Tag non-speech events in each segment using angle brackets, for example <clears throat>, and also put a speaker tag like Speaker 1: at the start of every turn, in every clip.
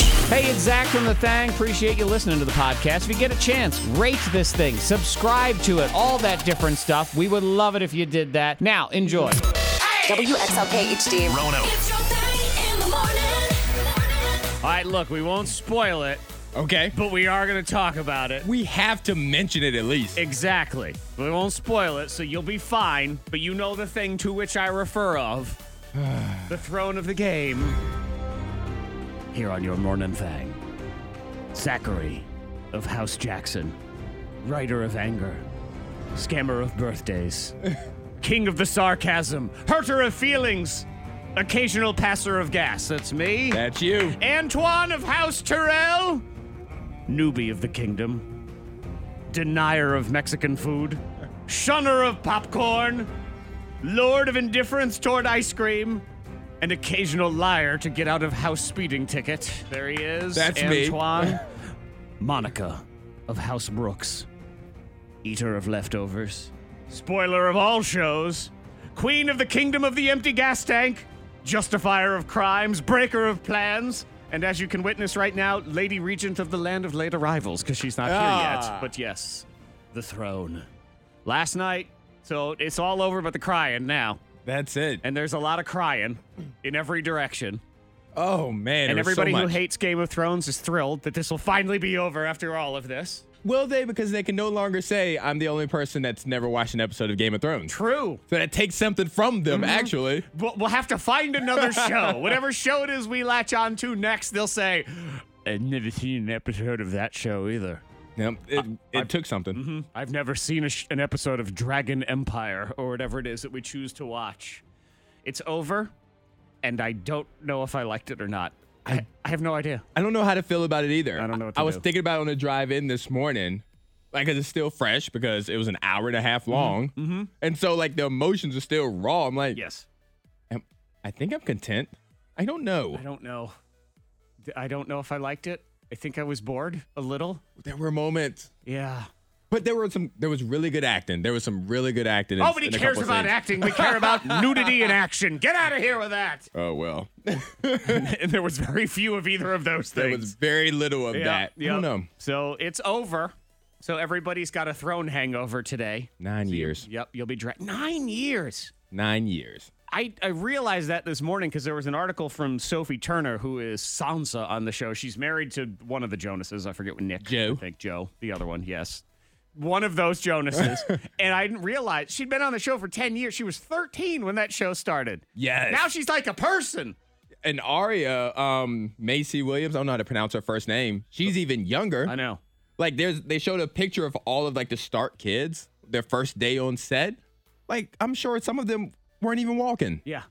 Speaker 1: Hey, it's Zach from The Thang. Appreciate you listening to the podcast. If you get a chance, rate this thing, subscribe to it, all that different stuff. We would love it if you did that. Now, enjoy.
Speaker 2: WXLK HD.
Speaker 3: Rono.
Speaker 4: It's your thing in the morning.
Speaker 1: All right, look, we won't spoil it,
Speaker 5: Okay.
Speaker 1: but we are going to talk about it.
Speaker 5: We have to mention it at least.
Speaker 1: Exactly. We won't spoil it, so you'll be fine. But you know the thing to which I refer of <sighs> the throne of the game. Here on your morning thing, Zachary of House Jackson, writer of anger, scammer of birthdays, king of the sarcasm, hurter of feelings, occasional passer of gas. That's me.
Speaker 5: That's you.
Speaker 1: Antoine of House Terrell, newbie of the kingdom, denier of Mexican food, shunner of popcorn, lord of indifference toward ice cream, an occasional liar to get out of house speeding ticket. There he is.
Speaker 5: That's me.
Speaker 1: Antoine. Monica of House Brooks, eater of leftovers, spoiler of all shows, queen of the kingdom of the empty gas tank, justifier of crimes, breaker of plans, and as you can witness right now, lady regent of the land of late arrivals because she's not here
Speaker 5: Ah.
Speaker 1: yet. But yes, the throne. Last night, so it's all over but the crying now,
Speaker 5: That's it.
Speaker 1: and there's a lot of crying in every direction.
Speaker 5: Oh man.
Speaker 1: And
Speaker 5: there was so
Speaker 1: everybody who
Speaker 5: much.
Speaker 1: hates Game of Thrones is thrilled that this will finally be over after all of this.
Speaker 5: Will they? Because they can no longer say I'm the only person that's never watched an episode of Game of Thrones.
Speaker 1: True.
Speaker 5: So that takes something from them,
Speaker 1: Mm-hmm.
Speaker 5: actually.
Speaker 1: we'll, we'll have to find another show. <laughs> Whatever show it is we latch on to next, they'll say, I've never seen an episode of that show either.
Speaker 5: Yep. It, it took something.
Speaker 1: I've never seen a sh- an episode of Dragon Empire or whatever it is that we choose to watch. It's over, and I don't know if I liked it or not. I, I have no idea.
Speaker 5: I don't know how to feel about it either.
Speaker 1: I don't know what
Speaker 5: I
Speaker 1: to
Speaker 5: was
Speaker 1: do.
Speaker 5: thinking about it on the drive in this morning, like, cause it's still fresh because it was an hour and a half long, mm-hmm. and so like the emotions are still raw. I'm like,
Speaker 1: Yes.
Speaker 5: am- I think I'm content. I don't know.
Speaker 1: I don't know. D- I don't know if I liked it. I think I was bored a little.
Speaker 5: There were moments.
Speaker 1: Yeah.
Speaker 5: But there were some. There was really good acting. There was some really good acting. in-
Speaker 1: Nobody
Speaker 5: in a
Speaker 1: cares
Speaker 5: couple
Speaker 1: about
Speaker 5: scenes.
Speaker 1: acting. We care
Speaker 5: <laughs>
Speaker 1: about nudity and action. Get out of here with that.
Speaker 5: Oh well, <laughs>
Speaker 1: and <laughs> there was very few of either of those
Speaker 5: there
Speaker 1: things.
Speaker 5: was very little of that. I
Speaker 1: yeah.
Speaker 5: don't know.
Speaker 1: So it's over. So everybody's got a throne hangover today.
Speaker 5: Nine years.
Speaker 1: Yep, you'll be dra- nine years.
Speaker 5: Nine years.
Speaker 1: I, I realized that this morning because there was an article from Sophie Turner, who is Sansa on the show. She's married to one of the Jonases. I forget what Nick.
Speaker 5: Joe.
Speaker 1: I think Joe. The other one, yes. One of those
Speaker 5: <laughs>
Speaker 1: Jonases. and I didn't realize she'd been on the show for 10 years. She was 13 when that show started.
Speaker 5: Yes.
Speaker 1: Now she's like a person.
Speaker 5: And Aria, um, Macy Williams. I don't know how to pronounce her first name. She's even younger.
Speaker 1: I know.
Speaker 5: Like there's they showed a picture of all of like the Stark kids, their first day on set. Like I'm sure some of them weren't even walking.
Speaker 1: Yeah.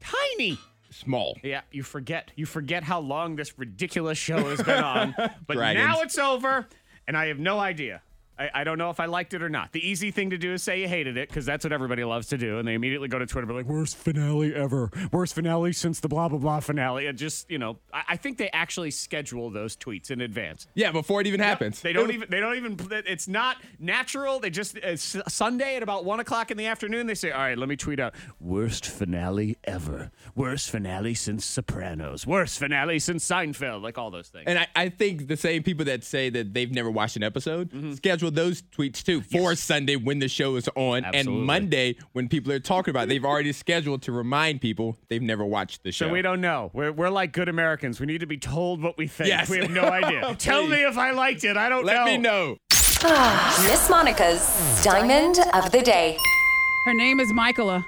Speaker 1: Tiny.
Speaker 5: Small.
Speaker 1: Yeah, you forget you forget how long this ridiculous show has been on. But
Speaker 5: Dragons.
Speaker 1: now it's over, and I have no idea. I, I don't know if I liked it or not. The easy thing to do is say you hated it, because that's what everybody loves to do, and they immediately go to Twitter and be like, worst finale ever. Worst finale since the blah blah blah finale. It just, you know, I, I think they actually schedule those tweets in advance.
Speaker 5: Yeah, before it even happens.
Speaker 1: They don't even. They don't even. It's not natural. They just it's Sunday at about one o'clock in the afternoon. They say, "All right, let me tweet out worst finale ever. Worst finale since Sopranos. Worst finale since Seinfeld. Like all those things."
Speaker 5: And I, I think the same people that say that they've never watched an episode
Speaker 6: Mm-hmm.
Speaker 5: schedule those tweets too for Sunday when the show is on
Speaker 1: Absolutely.
Speaker 5: and Monday when people are talking about it. They've already scheduled to remind people they've never watched the show.
Speaker 1: so we don't know. We're, we're like good Americans. We need to be told what we think.
Speaker 5: Yes. Oh,
Speaker 1: We
Speaker 5: <laughs>
Speaker 1: have no idea. Tell me
Speaker 5: Please.
Speaker 1: if I liked it. I don't
Speaker 5: Let
Speaker 1: know.
Speaker 5: me know.
Speaker 2: Miss Monica's Diamond of the Day.
Speaker 6: Her name is Michaela.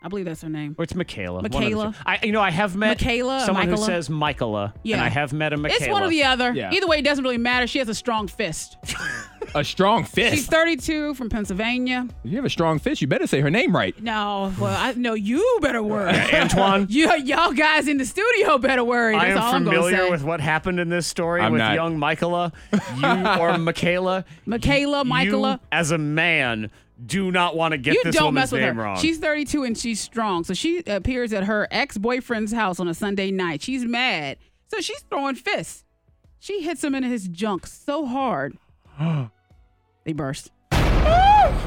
Speaker 6: I believe that's her name.
Speaker 1: Or it's Michaela. one of the
Speaker 6: Michaela.
Speaker 1: two. I, you know, I have met
Speaker 6: Michaela or
Speaker 1: someone who
Speaker 6: Michaela?
Speaker 1: says Michaela,
Speaker 6: Yeah.
Speaker 1: and I have met a Michaela.
Speaker 6: It's one or the other.
Speaker 5: Yeah.
Speaker 6: Either way, it doesn't really matter. She has a
Speaker 1: <laughs>
Speaker 6: strong fist.
Speaker 5: A strong
Speaker 6: She's
Speaker 5: fist.
Speaker 6: 32 from Pennsylvania.
Speaker 5: If you have a strong fist. You better say her name right.
Speaker 6: No, well, I know you better worry. <laughs>
Speaker 1: Antoine.
Speaker 6: You, y'all guys in the studio better worry. That's
Speaker 1: I am
Speaker 6: all I'm gonna
Speaker 1: familiar
Speaker 6: say.
Speaker 1: with what happened in this story
Speaker 5: I'm
Speaker 1: with
Speaker 5: not.
Speaker 1: young Michaela, you
Speaker 6: <laughs>
Speaker 1: or Michaela.
Speaker 6: Michaela, Michaela.
Speaker 1: You, as a man, do not want to get
Speaker 6: You
Speaker 1: this
Speaker 6: don't
Speaker 1: woman's
Speaker 6: mess with her.
Speaker 1: name wrong.
Speaker 6: She's 32 and she's strong. So she appears at her ex boyfriend's house on a Sunday night. She's mad. So she's throwing fists. She hits him in his junk
Speaker 1: <gasps>
Speaker 6: so hard, they burst. <gasps>
Speaker 1: yeah.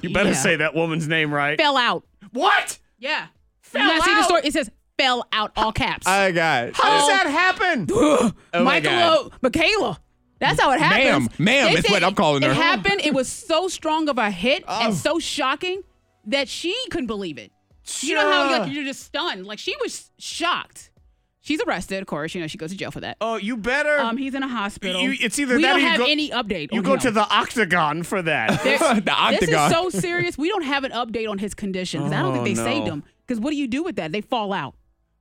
Speaker 1: You better
Speaker 6: Yeah.
Speaker 1: say that woman's name right.
Speaker 6: Fell out.
Speaker 1: What?
Speaker 6: Yeah.
Speaker 1: Fell
Speaker 6: you not see the
Speaker 1: out?
Speaker 6: story? It says fell out all caps.
Speaker 5: I got.
Speaker 1: How does
Speaker 5: it.
Speaker 1: that happen?
Speaker 5: Oh my
Speaker 6: Michael,
Speaker 5: God.
Speaker 6: O, Michaela. That's how it happens.
Speaker 5: Ma'am, ma'am
Speaker 6: They
Speaker 5: is
Speaker 6: said
Speaker 5: what I'm calling her.
Speaker 6: It happened. It was so strong of a hit
Speaker 1: Oh.
Speaker 6: and so shocking that she couldn't believe it. <gasps> You know how like, you're just stunned. Like she was shocked. She's arrested, of course. You know she goes to jail for that.
Speaker 1: Oh, you better.
Speaker 6: Um, oh, he's in a hospital.
Speaker 1: You- it's either
Speaker 6: we
Speaker 1: that
Speaker 6: don't
Speaker 1: or you
Speaker 6: have
Speaker 1: go-
Speaker 6: any update.
Speaker 1: you
Speaker 6: on
Speaker 1: go
Speaker 6: him.
Speaker 1: to the octagon for
Speaker 6: <laughs>
Speaker 1: that. <laughs>
Speaker 6: There-
Speaker 5: The octagon.
Speaker 6: This is so serious. We don't have an update on his condition. 'cause I don't
Speaker 1: Oh,
Speaker 6: think they saved
Speaker 1: no.
Speaker 6: him. Because what do you do with that? They fall out.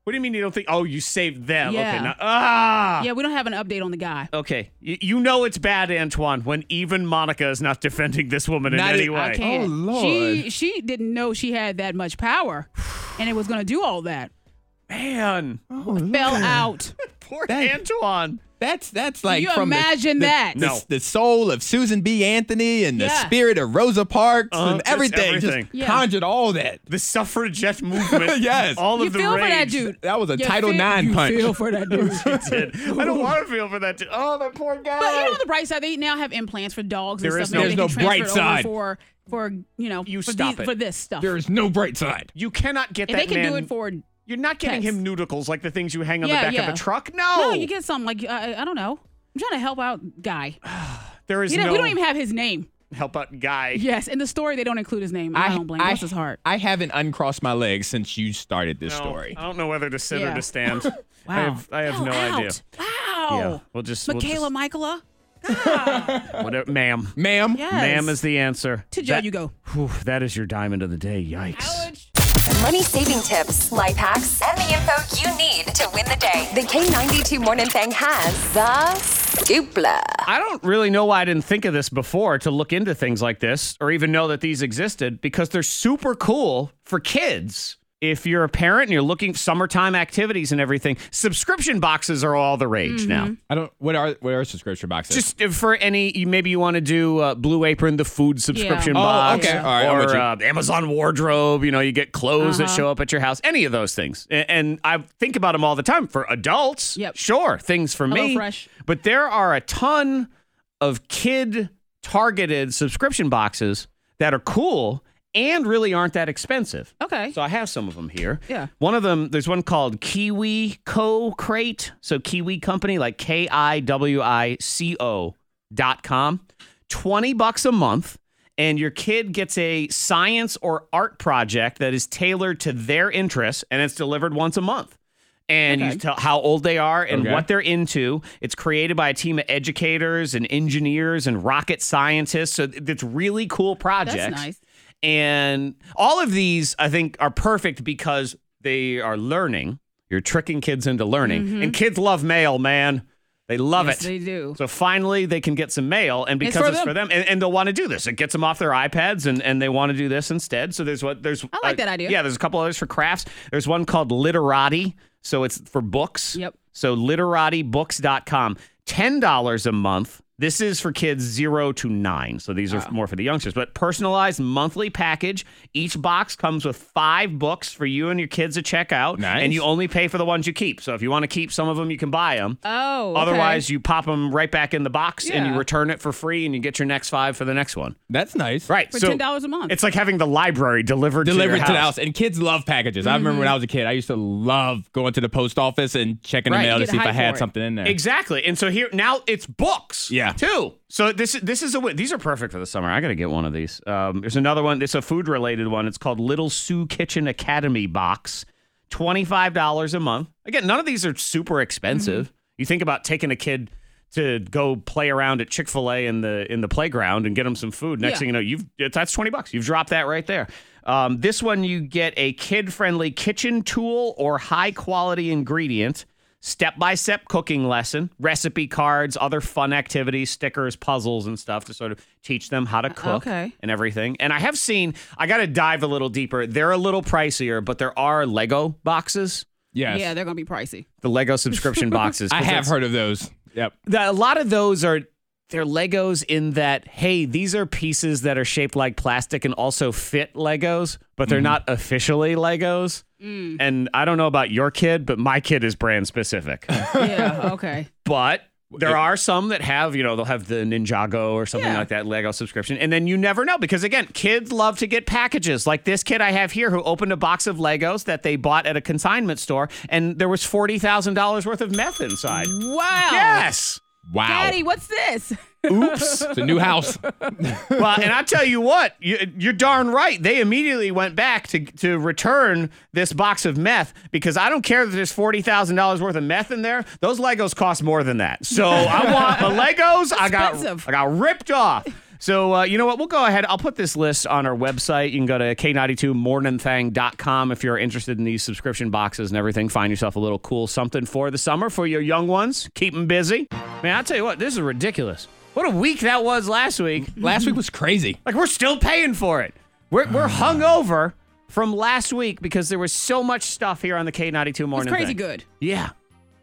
Speaker 1: what do you mean you don't think? Oh, you saved them. Okay.
Speaker 6: Yeah.
Speaker 1: Now, ah.
Speaker 6: Yeah, we don't have an update on the guy.
Speaker 1: Okay. Y- you know it's bad, Antoine, when even Monica is not defending this woman in
Speaker 5: Not e-
Speaker 1: any
Speaker 5: it-
Speaker 1: way.
Speaker 6: I can't.
Speaker 5: Lord.
Speaker 6: She she didn't know she had that much power, and it was gonna do all that.
Speaker 1: Man.
Speaker 6: Fell out.
Speaker 1: Poor
Speaker 5: That-
Speaker 1: Antoine.
Speaker 5: That's that's like
Speaker 6: you
Speaker 5: from the-
Speaker 6: imagine
Speaker 5: the,
Speaker 6: that?
Speaker 5: the,
Speaker 1: No.
Speaker 5: the soul of Susan B. Anthony and the
Speaker 6: Yeah.
Speaker 5: spirit of Rosa Parks
Speaker 1: Uh-huh,
Speaker 5: and
Speaker 1: that's
Speaker 5: everything,
Speaker 1: everything.
Speaker 5: just
Speaker 6: Yeah.
Speaker 5: conjured all that.
Speaker 1: The suffragette movement.
Speaker 5: <laughs>
Speaker 1: <laughs>
Speaker 5: Yes.
Speaker 1: All
Speaker 6: you
Speaker 1: of the
Speaker 6: feel for that
Speaker 1: rage
Speaker 6: dude.
Speaker 5: That was a
Speaker 6: You
Speaker 5: Title
Speaker 6: feel-
Speaker 5: IX
Speaker 6: you
Speaker 5: punch.
Speaker 6: feel for
Speaker 5: <laughs>
Speaker 6: that dude.
Speaker 1: did.
Speaker 6: <laughs>
Speaker 1: I don't want to feel for that. dude. Oh, that poor guy.
Speaker 6: But you know, on the bright side, they now have implants for dogs.
Speaker 1: There
Speaker 6: and
Speaker 1: is
Speaker 6: stuff
Speaker 1: no-
Speaker 6: and they
Speaker 5: There's
Speaker 6: can
Speaker 5: no
Speaker 6: transfer
Speaker 5: bright
Speaker 6: it over
Speaker 5: side.
Speaker 6: for for you know
Speaker 1: You
Speaker 6: for,
Speaker 1: stop it.
Speaker 6: for this stuff.
Speaker 5: There is no bright side.
Speaker 1: you cannot get
Speaker 6: if
Speaker 1: that
Speaker 6: they can
Speaker 1: man.
Speaker 6: do it for no,
Speaker 1: You're not getting
Speaker 6: Yes.
Speaker 1: him noodles like the things you hang on
Speaker 6: Yeah,
Speaker 1: the back of
Speaker 6: yeah.
Speaker 1: a truck. No.
Speaker 6: you get some like uh, I I don't know. I'm trying to help out guy.
Speaker 1: there is
Speaker 6: You know,
Speaker 1: no
Speaker 6: we don't even have his name.
Speaker 1: help out guy.
Speaker 6: Yes, in the story they don't include his name. I, don't blame. him. Bless his heart.
Speaker 5: I haven't uncrossed my legs since you started this
Speaker 1: No,
Speaker 5: story.
Speaker 1: I don't know whether to sit or
Speaker 6: Yeah.
Speaker 1: to
Speaker 6: <laughs>
Speaker 1: stand. I
Speaker 6: Wow.
Speaker 1: have, I have
Speaker 6: Fell
Speaker 1: no
Speaker 6: out.
Speaker 1: idea.
Speaker 6: Wow.
Speaker 1: Yeah, we'll just- we'll
Speaker 6: Michaela
Speaker 1: just-
Speaker 6: Michaela.
Speaker 1: Whatever, ma'am.
Speaker 5: Ma'am,
Speaker 6: Yes.
Speaker 1: Ma'am is the answer.
Speaker 6: to jail
Speaker 1: That-
Speaker 6: you go.
Speaker 1: Whew, that is your diamond of the day. Yikes.
Speaker 2: Money saving tips, life hacks, and the info you need to win the day. The K92 Morning Thing has the scoopla.
Speaker 1: I don't really know why I didn't think of this before to look into things like this or even know that these existed because they're super cool for kids. If you're a parent and you're looking for summertime activities and everything, subscription boxes are all the rage now.
Speaker 5: I don't. What are what are subscription boxes?
Speaker 1: Just uh, for any, maybe you want to do uh, Blue Apron, the food subscription
Speaker 6: Yeah.
Speaker 5: Oh,
Speaker 1: box,
Speaker 5: okay. All right, I'm with
Speaker 1: or
Speaker 5: you.
Speaker 1: uh, Amazon wardrobe. You know, you get clothes
Speaker 6: Uh-huh.
Speaker 1: that show up at your house. Any of those things, A- and I think about them all the time for adults.
Speaker 6: Yep.
Speaker 1: sure, things for me.
Speaker 6: HelloFresh.
Speaker 1: But there are a ton of kid targeted subscription boxes that are cool and really aren't that expensive.
Speaker 6: Okay.
Speaker 1: So I have some of them here.
Speaker 6: Yeah.
Speaker 1: One of them, there's one called Kiwi Co Crate. So Kiwi Company, like K I W I C O dot com. 20 bucks a month. And your kid gets a science or art project that is tailored to their interests and it's delivered once a month. And you tell how old they are and
Speaker 5: Okay.
Speaker 1: what they're into. It's created by a team of educators and engineers and rocket scientists. So th- it's really cool projects.
Speaker 6: nice.
Speaker 1: And all of these, I think, are perfect because they are learning. You're tricking kids into learning. And kids love mail, man. They love
Speaker 6: Mm-hmm. Yes,
Speaker 1: it.
Speaker 6: they do.
Speaker 1: So finally, they can get some mail, and because
Speaker 6: It's
Speaker 1: it's for
Speaker 6: for
Speaker 1: them, and, and they'll want to do this. It gets them off their iPads, and, and they want to do this instead. So there's what there's.
Speaker 6: I like that idea.
Speaker 1: Yeah, there's a couple others for crafts. There's one called Literati, so it's for books.
Speaker 6: Yep.
Speaker 1: So literatibooks.com, ten dollars a month. This is for kids zero to nine, so these are more for the youngsters. But personalized monthly package. Each box comes with five books for you and your kids to check out,
Speaker 5: Nice.
Speaker 1: and you only pay for the ones you keep. So if you want to keep some of them, you can buy them.
Speaker 6: Oh. okay.
Speaker 1: Otherwise, you pop them right back in the box and you
Speaker 6: Yeah.
Speaker 1: return it for free and you get your next five for the next one.
Speaker 5: that's nice.
Speaker 1: Right.
Speaker 6: For
Speaker 1: so
Speaker 6: $10 a month.
Speaker 1: It's like having the library delivered,
Speaker 5: Delivered
Speaker 1: to, your
Speaker 5: to the house, and kids love packages. I remember
Speaker 6: Mm-hmm.
Speaker 5: when I was a kid, I used to love going to the post office and checking
Speaker 1: Right,
Speaker 5: the mail
Speaker 6: you
Speaker 5: to
Speaker 6: get
Speaker 5: see if
Speaker 6: hyped
Speaker 5: I had
Speaker 6: for it.
Speaker 5: something in there.
Speaker 1: Exactly. And so here now it's books.
Speaker 5: Yeah.
Speaker 1: Too. So this this is a win. These are perfect for the summer. I got to get one of these. Um, there's another one. It's a food related one. It's called Little Sue Kitchen Academy box. Twenty five dollars a month. Again, none of these are super
Speaker 6: Mm-hmm.
Speaker 1: expensive. You think about taking a kid to go play around at Chick fil A in the in the playground and get them some food. Next
Speaker 6: Yeah.
Speaker 1: thing you know, you've it's- that's twenty bucks. You've dropped that right there. Um, this one you get a kid friendly kitchen tool or high quality ingredient step by step cooking lesson, recipe cards, other fun activities, stickers, puzzles, and stuff to sort of teach them
Speaker 5: Uh,
Speaker 1: how to cook
Speaker 6: okay.
Speaker 1: and everything. And I have seen, I got to dive a little deeper. They're a little pricier, but there are Lego boxes,
Speaker 5: Yes.
Speaker 6: Yeah, they're gonna be pricey.
Speaker 1: <laughs> the Lego
Speaker 5: <laughs>
Speaker 1: subscription boxes.
Speaker 5: I
Speaker 1: 'cause
Speaker 5: have
Speaker 1: it's-
Speaker 5: heard of those. Yep.
Speaker 1: the, a lot of those are they're Legos in that hey, these are pieces that are shaped like plastic and also fit Legos, but
Speaker 6: Mm-hmm.
Speaker 1: they're not officially Legos.
Speaker 6: <laughs>
Speaker 1: And I don't know about your kid, but my kid is brand specific.
Speaker 6: Yeah. Okay.
Speaker 1: but There are some that have, you know, they'll have the Ninjago or something
Speaker 6: Yeah.
Speaker 1: like that Lego subscription. And then you never know because, again, kids love to get packages. Like this kid I have here who opened a box of Legos that they bought at a consignment store and there was $40,000 worth of meth inside.
Speaker 6: Wow.
Speaker 1: Yes.
Speaker 5: Wow.
Speaker 6: Daddy, what's this?
Speaker 1: Oops.
Speaker 5: It's a new house.
Speaker 1: well, and I tell you what, you, you're darn right. They immediately went back to to return this box of meth because I don't care that there's forty thousand dollars worth of meth in there. Those Legos cost more than that. So I want the Legos. I got
Speaker 6: Expensive.
Speaker 1: I got ripped off. So uh, you know what? We'll go ahead. I'll put this list on our website. You can go to k92morningthang.com if you're interested in these subscription boxes and everything. Find yourself a little cool something for the summer for your young ones. Keep them busy. Man, I tell you what, this is ridiculous. What a week that was last week.
Speaker 5: Last week was crazy.
Speaker 1: Like we're still paying for it. We're
Speaker 6: <sighs>
Speaker 1: we're hungover from last week because there was so much stuff here on the K92
Speaker 6: It's
Speaker 1: morning.
Speaker 6: crazy
Speaker 1: Thing.
Speaker 6: good. Mm-hmm.
Speaker 1: Yeah.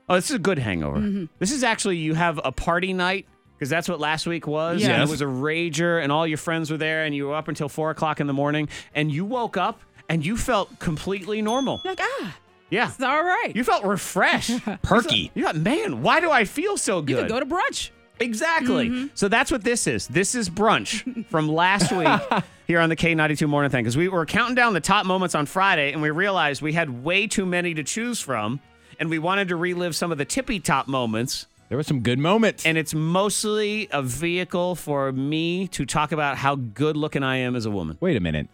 Speaker 1: Oh, this is a good hangover. This is actually you have a party night because that's what last week was.
Speaker 6: Yes.
Speaker 1: And it was a rager, and all your friends were there, and you were up until four o'clock in the morning, and you woke up and you felt completely normal.
Speaker 6: Like, ah,
Speaker 1: Yeah.
Speaker 6: it's all right.
Speaker 1: You felt
Speaker 6: <laughs>
Speaker 1: refreshed.
Speaker 5: Perky.
Speaker 1: You're like, man, why do I feel so good?
Speaker 6: you could go
Speaker 1: <laughs>
Speaker 6: to brunch.
Speaker 1: Exactly. So that's what this is. This is brunch from last week here on the K92 morning thing because we were counting down the top moments on Friday and we realized we had way too many to choose from and we wanted to relive some of the tippy top moments.
Speaker 5: There were some good moments.
Speaker 1: And it's mostly a vehicle for me to talk about how good looking I am as a woman.
Speaker 5: Wait a minute.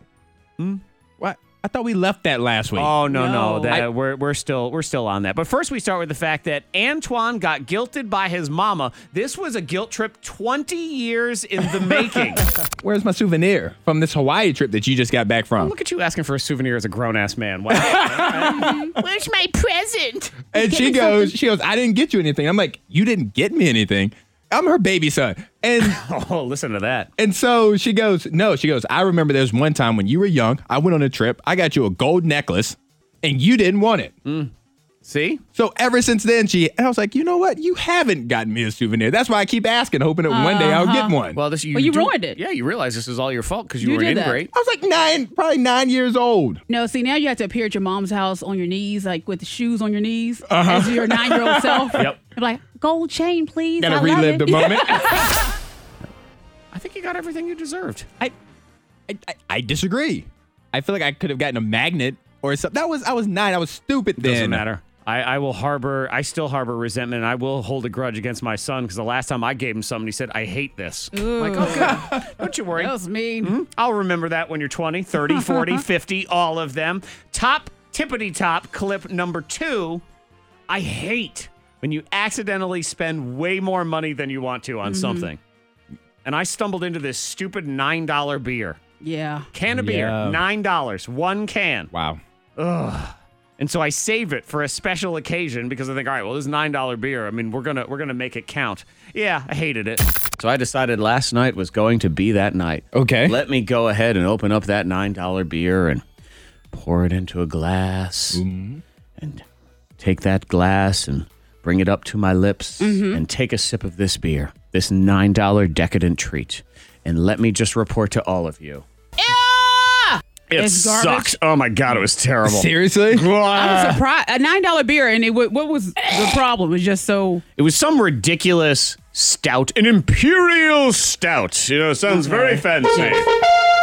Speaker 5: Hmm? What? I thought we left that last week.
Speaker 1: Oh no no,
Speaker 6: No.
Speaker 1: that
Speaker 5: I-
Speaker 1: we're we're still we're still on that. But first we start with the fact that Antoine got guilted by his mama. This was a guilt trip 20 years in the making.
Speaker 5: Where's my souvenir from this Hawaii trip that you just got back from?
Speaker 1: Look at you asking for a souvenir as a grown ass man. <laughs> Wow.
Speaker 3: Where's my present?
Speaker 5: And she goes, she goes, I didn't get you anything. I'm like, you didn't get me anything. I'm her baby son.
Speaker 1: <laughs>
Speaker 5: And
Speaker 1: oh, listen to that.
Speaker 5: and so she goes, no, she goes, I remember there was one time when you were young, I went on a trip, I got you a gold necklace, and you didn't want it.
Speaker 1: Mm. See?
Speaker 5: So ever since then, she and I was like, you know what? You haven't gotten me a souvenir. That's why I keep asking, hoping that one day I'll get one.
Speaker 1: Uh-huh. Well, this you,
Speaker 6: Well, you ruined it.
Speaker 1: Yeah, you realize this is all your fault because you,
Speaker 6: You
Speaker 1: were
Speaker 6: did that.
Speaker 1: ingrate.
Speaker 5: I was like nine, probably nine years old.
Speaker 6: No, see, now you have to appear at your mom's house on your knees, like with the shoes on your knees, as your nine year
Speaker 1: <laughs>
Speaker 6: old self.
Speaker 1: Uh-huh. Yep.
Speaker 6: I'm like, gold chain, please. I
Speaker 5: Gotta
Speaker 6: love
Speaker 5: relive
Speaker 6: it." <laughs>
Speaker 5: the moment.
Speaker 1: <laughs> I think you got everything you deserved.
Speaker 5: I, I, I- I disagree. I feel like I could have gotten a magnet or something. That was I was nine. I was stupid then.
Speaker 1: Doesn't matter. I, I will harbor, I still harbor resentment and I will hold a grudge against my son because the last time I gave him something, he said, I hate this. I'm Like, okay, don't you worry.
Speaker 6: That was mean.
Speaker 1: I'll remember that when you're 20, 30, 40, 50, all of them. Top tippity top clip number two. I hate when you accidentally spend way more money than you want to on something. And I stumbled into this stupid $9 beer.
Speaker 6: Yeah.
Speaker 1: Can of beer,
Speaker 5: Yeah.
Speaker 1: $9, one can.
Speaker 5: Wow.
Speaker 1: And so I save it for a special occasion because I think, all right, well, this nine dollar beer. I mean, we're gonna we're gonna make it count. Yeah, I hated it. So I decided last night was going to be that night.
Speaker 5: Okay.
Speaker 1: Let me go ahead and open up that nine dollar beer and pour it into a glass
Speaker 6: Mm-hmm.
Speaker 1: and take that glass and bring it up to my lips
Speaker 6: Mm-hmm.
Speaker 1: and take a sip of this beer, this nine dollar decadent treat. And let me just report to all of you. It
Speaker 6: It's garbage.
Speaker 1: sucks. Oh my god, it was
Speaker 6: <laughs>
Speaker 1: terrible.
Speaker 5: <laughs> Seriously?
Speaker 6: I'm surprised. A nine dollar beer, and it, wa- what
Speaker 1: <sighs>
Speaker 6: was the problem? It was just so.
Speaker 1: It was some ridiculous stout, an imperial stout. You know, sounds very fancy.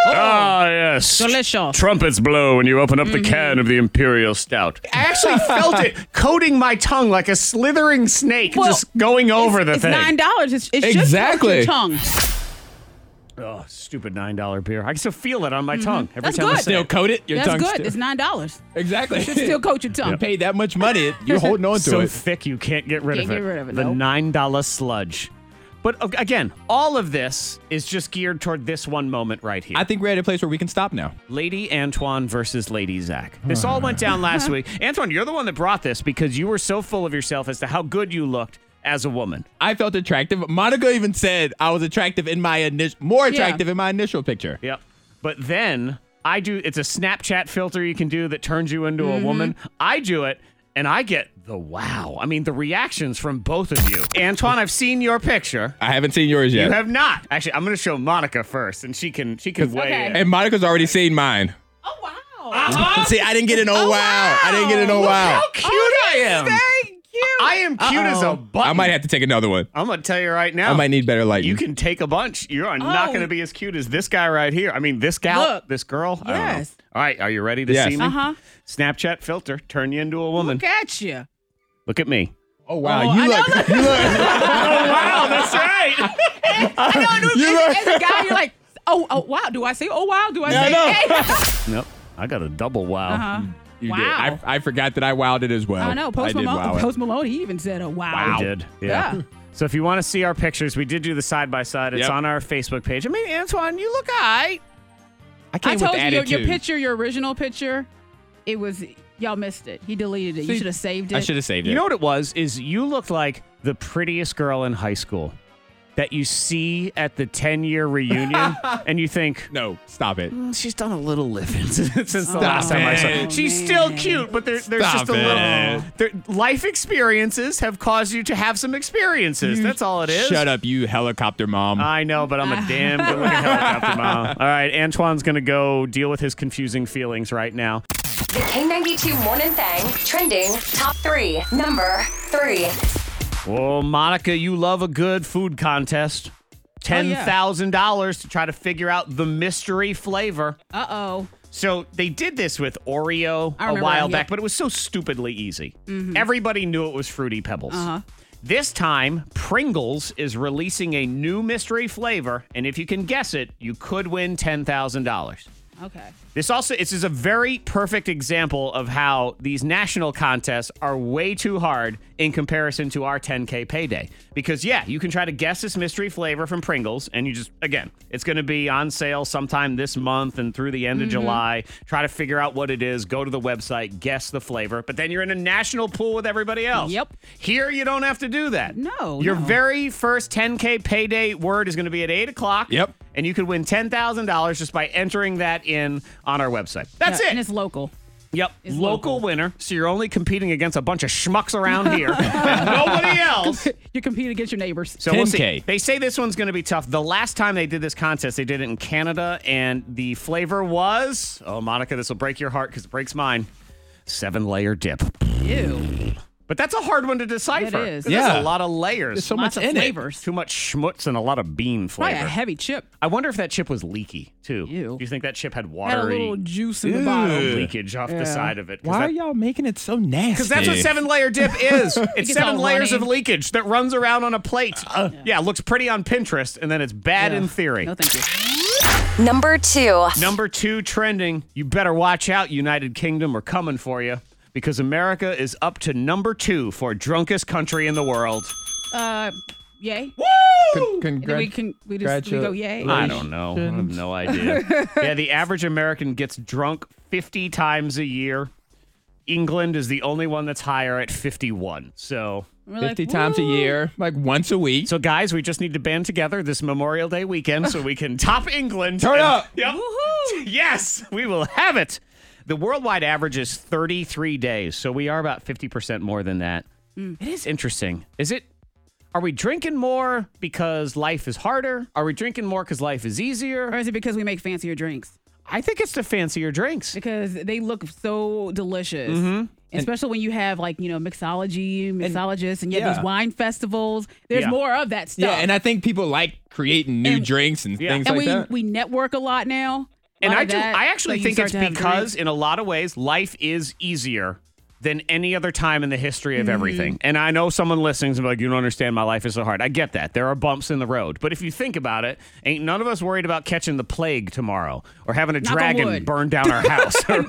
Speaker 1: Ah, yes.
Speaker 6: Delicious.
Speaker 1: Trumpets blow when you open up the can of the imperial stout. Mm-hmm. <laughs> I actually felt it coating my tongue like a slithering snake,
Speaker 6: Well,
Speaker 1: just going over the
Speaker 6: it's
Speaker 1: thing.
Speaker 6: Nine dollars. It's, it's
Speaker 5: Exactly.
Speaker 6: just off your tongue.
Speaker 1: oh, stupid nine dollar beer! I can still feel it on my tongue every
Speaker 6: That's
Speaker 1: time. I
Speaker 6: good.
Speaker 1: say it.
Speaker 5: Still coat it. Your
Speaker 6: That's
Speaker 5: tongue
Speaker 6: good.
Speaker 5: still-
Speaker 6: It's nine dollars.
Speaker 5: <laughs> exactly.
Speaker 6: Still coat your tongue.
Speaker 5: You paid that much
Speaker 6: <laughs>
Speaker 5: money. You're holding on to
Speaker 1: so
Speaker 5: it.
Speaker 1: thick you can't get rid
Speaker 6: Can't
Speaker 1: of it.
Speaker 6: get rid of it,
Speaker 1: the
Speaker 6: nope.
Speaker 1: nine dollar sludge. But ag- again, all of this is just geared toward this one moment right here.
Speaker 5: I think we're at a place where we can stop now.
Speaker 1: Lady Antoine versus Lady Zach.
Speaker 5: Hmm.
Speaker 1: This all went down
Speaker 5: <laughs>
Speaker 1: last week. Antoine, you're the one that brought this because you were so full of yourself as to how good you looked as a woman.
Speaker 5: I felt attractive. Monica even said I was attractive in my initial, more attractive in my initial picture.
Speaker 1: Yep. But then I do, it's a Snapchat filter you can do that turns you into
Speaker 5: Mm-hmm.
Speaker 1: a woman. I do it and I get the wow. I mean, the reactions from both of you. Antoine, I've seen your picture.
Speaker 5: I haven't seen yours yet.
Speaker 1: You have not. Actually, I'm going to show Monica first and she can, she can weigh
Speaker 6: Okay.
Speaker 1: in. <laughs>
Speaker 5: and Monica's already seen mine.
Speaker 6: Oh wow.
Speaker 5: See, I didn't get an oh, wow. I didn't get an oh
Speaker 1: Look
Speaker 5: wow.
Speaker 1: How cute I am.
Speaker 6: Very cute.
Speaker 1: I am cute as a button.
Speaker 5: I might have to take another one.
Speaker 1: I'm gonna tell you right now.
Speaker 5: I might need better lighting.
Speaker 1: You can take a bunch. You're not
Speaker 6: Oh.
Speaker 1: gonna be as cute as this guy right here. I mean, this gal,
Speaker 6: Look.
Speaker 1: this girl. I don't know.
Speaker 6: Yes.
Speaker 1: All right. Are you ready to
Speaker 5: Yes.
Speaker 1: see me?
Speaker 6: Uh-huh.
Speaker 1: Snapchat filter. Turn you into a woman.
Speaker 6: Look at you.
Speaker 1: Look at me.
Speaker 5: Oh wow,
Speaker 6: Oh,
Speaker 5: you
Speaker 6: I
Speaker 5: look,
Speaker 6: know. <laughs>
Speaker 5: you look,
Speaker 1: wow, that's right.
Speaker 6: I know. dude,
Speaker 5: You
Speaker 6: as,
Speaker 5: look-
Speaker 6: as a guy, you're like, oh, oh, wow. Do I say, oh, wow? Do I say,
Speaker 5: no.
Speaker 1: <laughs>
Speaker 6: hey?
Speaker 1: nope. I got a double wow.
Speaker 6: Uh-huh.
Speaker 5: you
Speaker 6: wow.
Speaker 5: did. I, I forgot that I wowed it as well.
Speaker 6: I know. Post
Speaker 5: I did
Speaker 6: Malone,
Speaker 5: wow it.
Speaker 6: Post Malone, he even said, "Oh wow."
Speaker 1: I did. Yeah.
Speaker 6: Yeah.
Speaker 1: So if you want to see our pictures, we did do the side by side. It's
Speaker 5: Yep.
Speaker 1: on our Facebook page. I mean, Antoine, you look all right.
Speaker 5: I
Speaker 6: I
Speaker 5: came
Speaker 6: told
Speaker 5: with
Speaker 6: you your, your
Speaker 5: attitude.
Speaker 6: picture, your original picture, it was y'all missed it. He deleted it. you
Speaker 5: See,
Speaker 6: should have saved it.
Speaker 5: I should have saved it.
Speaker 1: You know what it was? Is you looked like the prettiest girl in high school that you see at the 10 year
Speaker 6: <laughs>
Speaker 1: reunion and you think,
Speaker 5: no, stop it.
Speaker 1: "Mm, she's done a little living <laughs> since since the last time I saw her.
Speaker 5: it.
Speaker 1: She's
Speaker 6: Oh,
Speaker 1: still
Speaker 6: man.
Speaker 1: cute, but there, there's
Speaker 5: Stop
Speaker 1: just a little.
Speaker 5: it.
Speaker 1: There, life experiences have caused you to have some experiences. That's all it is. Uh,
Speaker 5: Shut up, you helicopter mom.
Speaker 1: I know, but I'm a damn good looking helicopter mom. All right, Antoine's going to go deal with his confusing feelings right now.
Speaker 2: The K92 Morning Thing trending top three. Number three.
Speaker 1: Well, Monica, you love a good food contest. $10,000 to try to figure out the mystery flavor.
Speaker 6: Uh oh.
Speaker 1: So they did this with Oreo
Speaker 6: I
Speaker 1: a
Speaker 6: remember
Speaker 1: while
Speaker 6: that,
Speaker 1: back,
Speaker 6: yeah. Mm-hmm.
Speaker 1: but it was so stupidly easy. Everybody knew it was Fruity Pebbles.
Speaker 6: Uh-huh.
Speaker 1: This time, Pringles is releasing a new mystery flavor, and if you can guess it, you could win $10,000.
Speaker 6: Okay.
Speaker 1: This also this is a very perfect example of how these national contests are way too hard in comparison to our 10k payday. Because yeah, you can try to guess this mystery flavor from Pringles and you just again, it's going to be on sale sometime this month and through the end
Speaker 6: Mm-hmm.
Speaker 1: of July. Try to figure out what it is, go to the website, guess the flavor, but then you're in a national pool with everybody else.
Speaker 6: Yep.
Speaker 1: Here you don't have to do that.
Speaker 6: No,
Speaker 1: Your
Speaker 6: no.
Speaker 1: very first 10k payday word is going to be at 8 o'clock
Speaker 5: Yep.
Speaker 1: and you could win $10,000 just by entering that in on our website. That's
Speaker 6: And
Speaker 1: it.
Speaker 6: it's local.
Speaker 1: Yep.
Speaker 6: it's
Speaker 1: local,
Speaker 6: local.
Speaker 1: winner. So you're only competing against a bunch of schmucks around
Speaker 6: <laughs>
Speaker 1: here and nobody else.
Speaker 6: you compete against your neighbors.
Speaker 1: So we'll see.
Speaker 5: 10K.
Speaker 1: They say this one's going to be tough. The last time they did this contest, they did it in Canada, and the flavor was oh, Monica, this will break your heart because it breaks mine. Seven layer dip.
Speaker 6: Ew.
Speaker 1: But that's a hard one to decipher.
Speaker 6: is.
Speaker 1: 'cause there's
Speaker 5: Yeah.
Speaker 1: a lot of layers.
Speaker 5: There's so
Speaker 6: Lots
Speaker 5: much
Speaker 6: of
Speaker 5: in it.
Speaker 6: flavors.
Speaker 1: Too much schmutz and a lot of bean
Speaker 6: Probably a
Speaker 1: flavor.
Speaker 6: heavy chip.
Speaker 1: I wonder if that chip was leaky too.
Speaker 6: Ew.
Speaker 1: Do you think that chip had watery?
Speaker 6: Had a little juice in the bottom.
Speaker 5: Ew.
Speaker 1: leakage off the side of it.
Speaker 5: Why are
Speaker 1: that-
Speaker 5: y'all making it so nasty?
Speaker 1: Because that's what seven layer
Speaker 6: <laughs>
Speaker 1: dip is. It's
Speaker 6: gets
Speaker 1: seven
Speaker 6: all
Speaker 1: layers of
Speaker 6: runny.
Speaker 1: leakage that runs around on a plate. yeah. looks pretty on Pinterest, and then it's bad in
Speaker 6: Ugh.
Speaker 1: theory.
Speaker 6: No, thank you.
Speaker 2: Number two.
Speaker 1: Number two trending. You better watch out, United Kingdom. We're coming for you because America is up to number two for drunkest country in the world.
Speaker 6: Uh, yay.
Speaker 5: Con-
Speaker 6: And then we can we just we go yay.
Speaker 5: Congratulations.
Speaker 1: I don't know. I have no idea. yeah, the average American gets drunk 50 times a year. England is the only one that's higher at 51. So
Speaker 6: And we're like,
Speaker 5: 50 times a
Speaker 6: woo.
Speaker 5: year, like once a week.
Speaker 1: So, guys, we just need to band together this Memorial Day weekend so we can top England.
Speaker 5: Turn
Speaker 1: And-
Speaker 5: up.
Speaker 1: <laughs> Yep. Yes, we will have it. The worldwide average is 33 days, so we are about 50% more than that. It is interesting. Is it? Are we drinking more because life is harder? Are we drinking more because life is
Speaker 6: Or
Speaker 1: easier?
Speaker 6: is it because we make fancier drinks?
Speaker 1: I think it's the fancier drinks.
Speaker 6: Because they look so delicious. Especially when you have like, you know, mixology, mixologists, and, you have
Speaker 5: yeah.
Speaker 6: these wine festivals. There's
Speaker 1: Yeah.
Speaker 6: more of that stuff.
Speaker 5: yeah, and I think people like creating new
Speaker 6: And-
Speaker 5: drinks and
Speaker 1: Yeah.
Speaker 5: things
Speaker 6: and
Speaker 5: like
Speaker 6: we,
Speaker 5: that.
Speaker 6: we network a lot now. A
Speaker 1: And
Speaker 6: lot
Speaker 1: I
Speaker 6: of
Speaker 1: do.
Speaker 6: that.
Speaker 1: I actually
Speaker 6: So
Speaker 1: think
Speaker 6: you start
Speaker 1: it's
Speaker 6: to have
Speaker 1: because,
Speaker 6: drinks.
Speaker 1: in a lot of ways, life is easier than any other time in the history of
Speaker 6: Mm-hmm.
Speaker 1: everything. And I know someone listening is like, "You don't understand. My life is so hard." I get that. There are bumps in the road, but if you think about it, ain't none of us worried about catching the plague tomorrow or having a
Speaker 6: Knock on
Speaker 1: dragon
Speaker 6: wood.
Speaker 1: burn down our house
Speaker 6: <laughs>
Speaker 1: or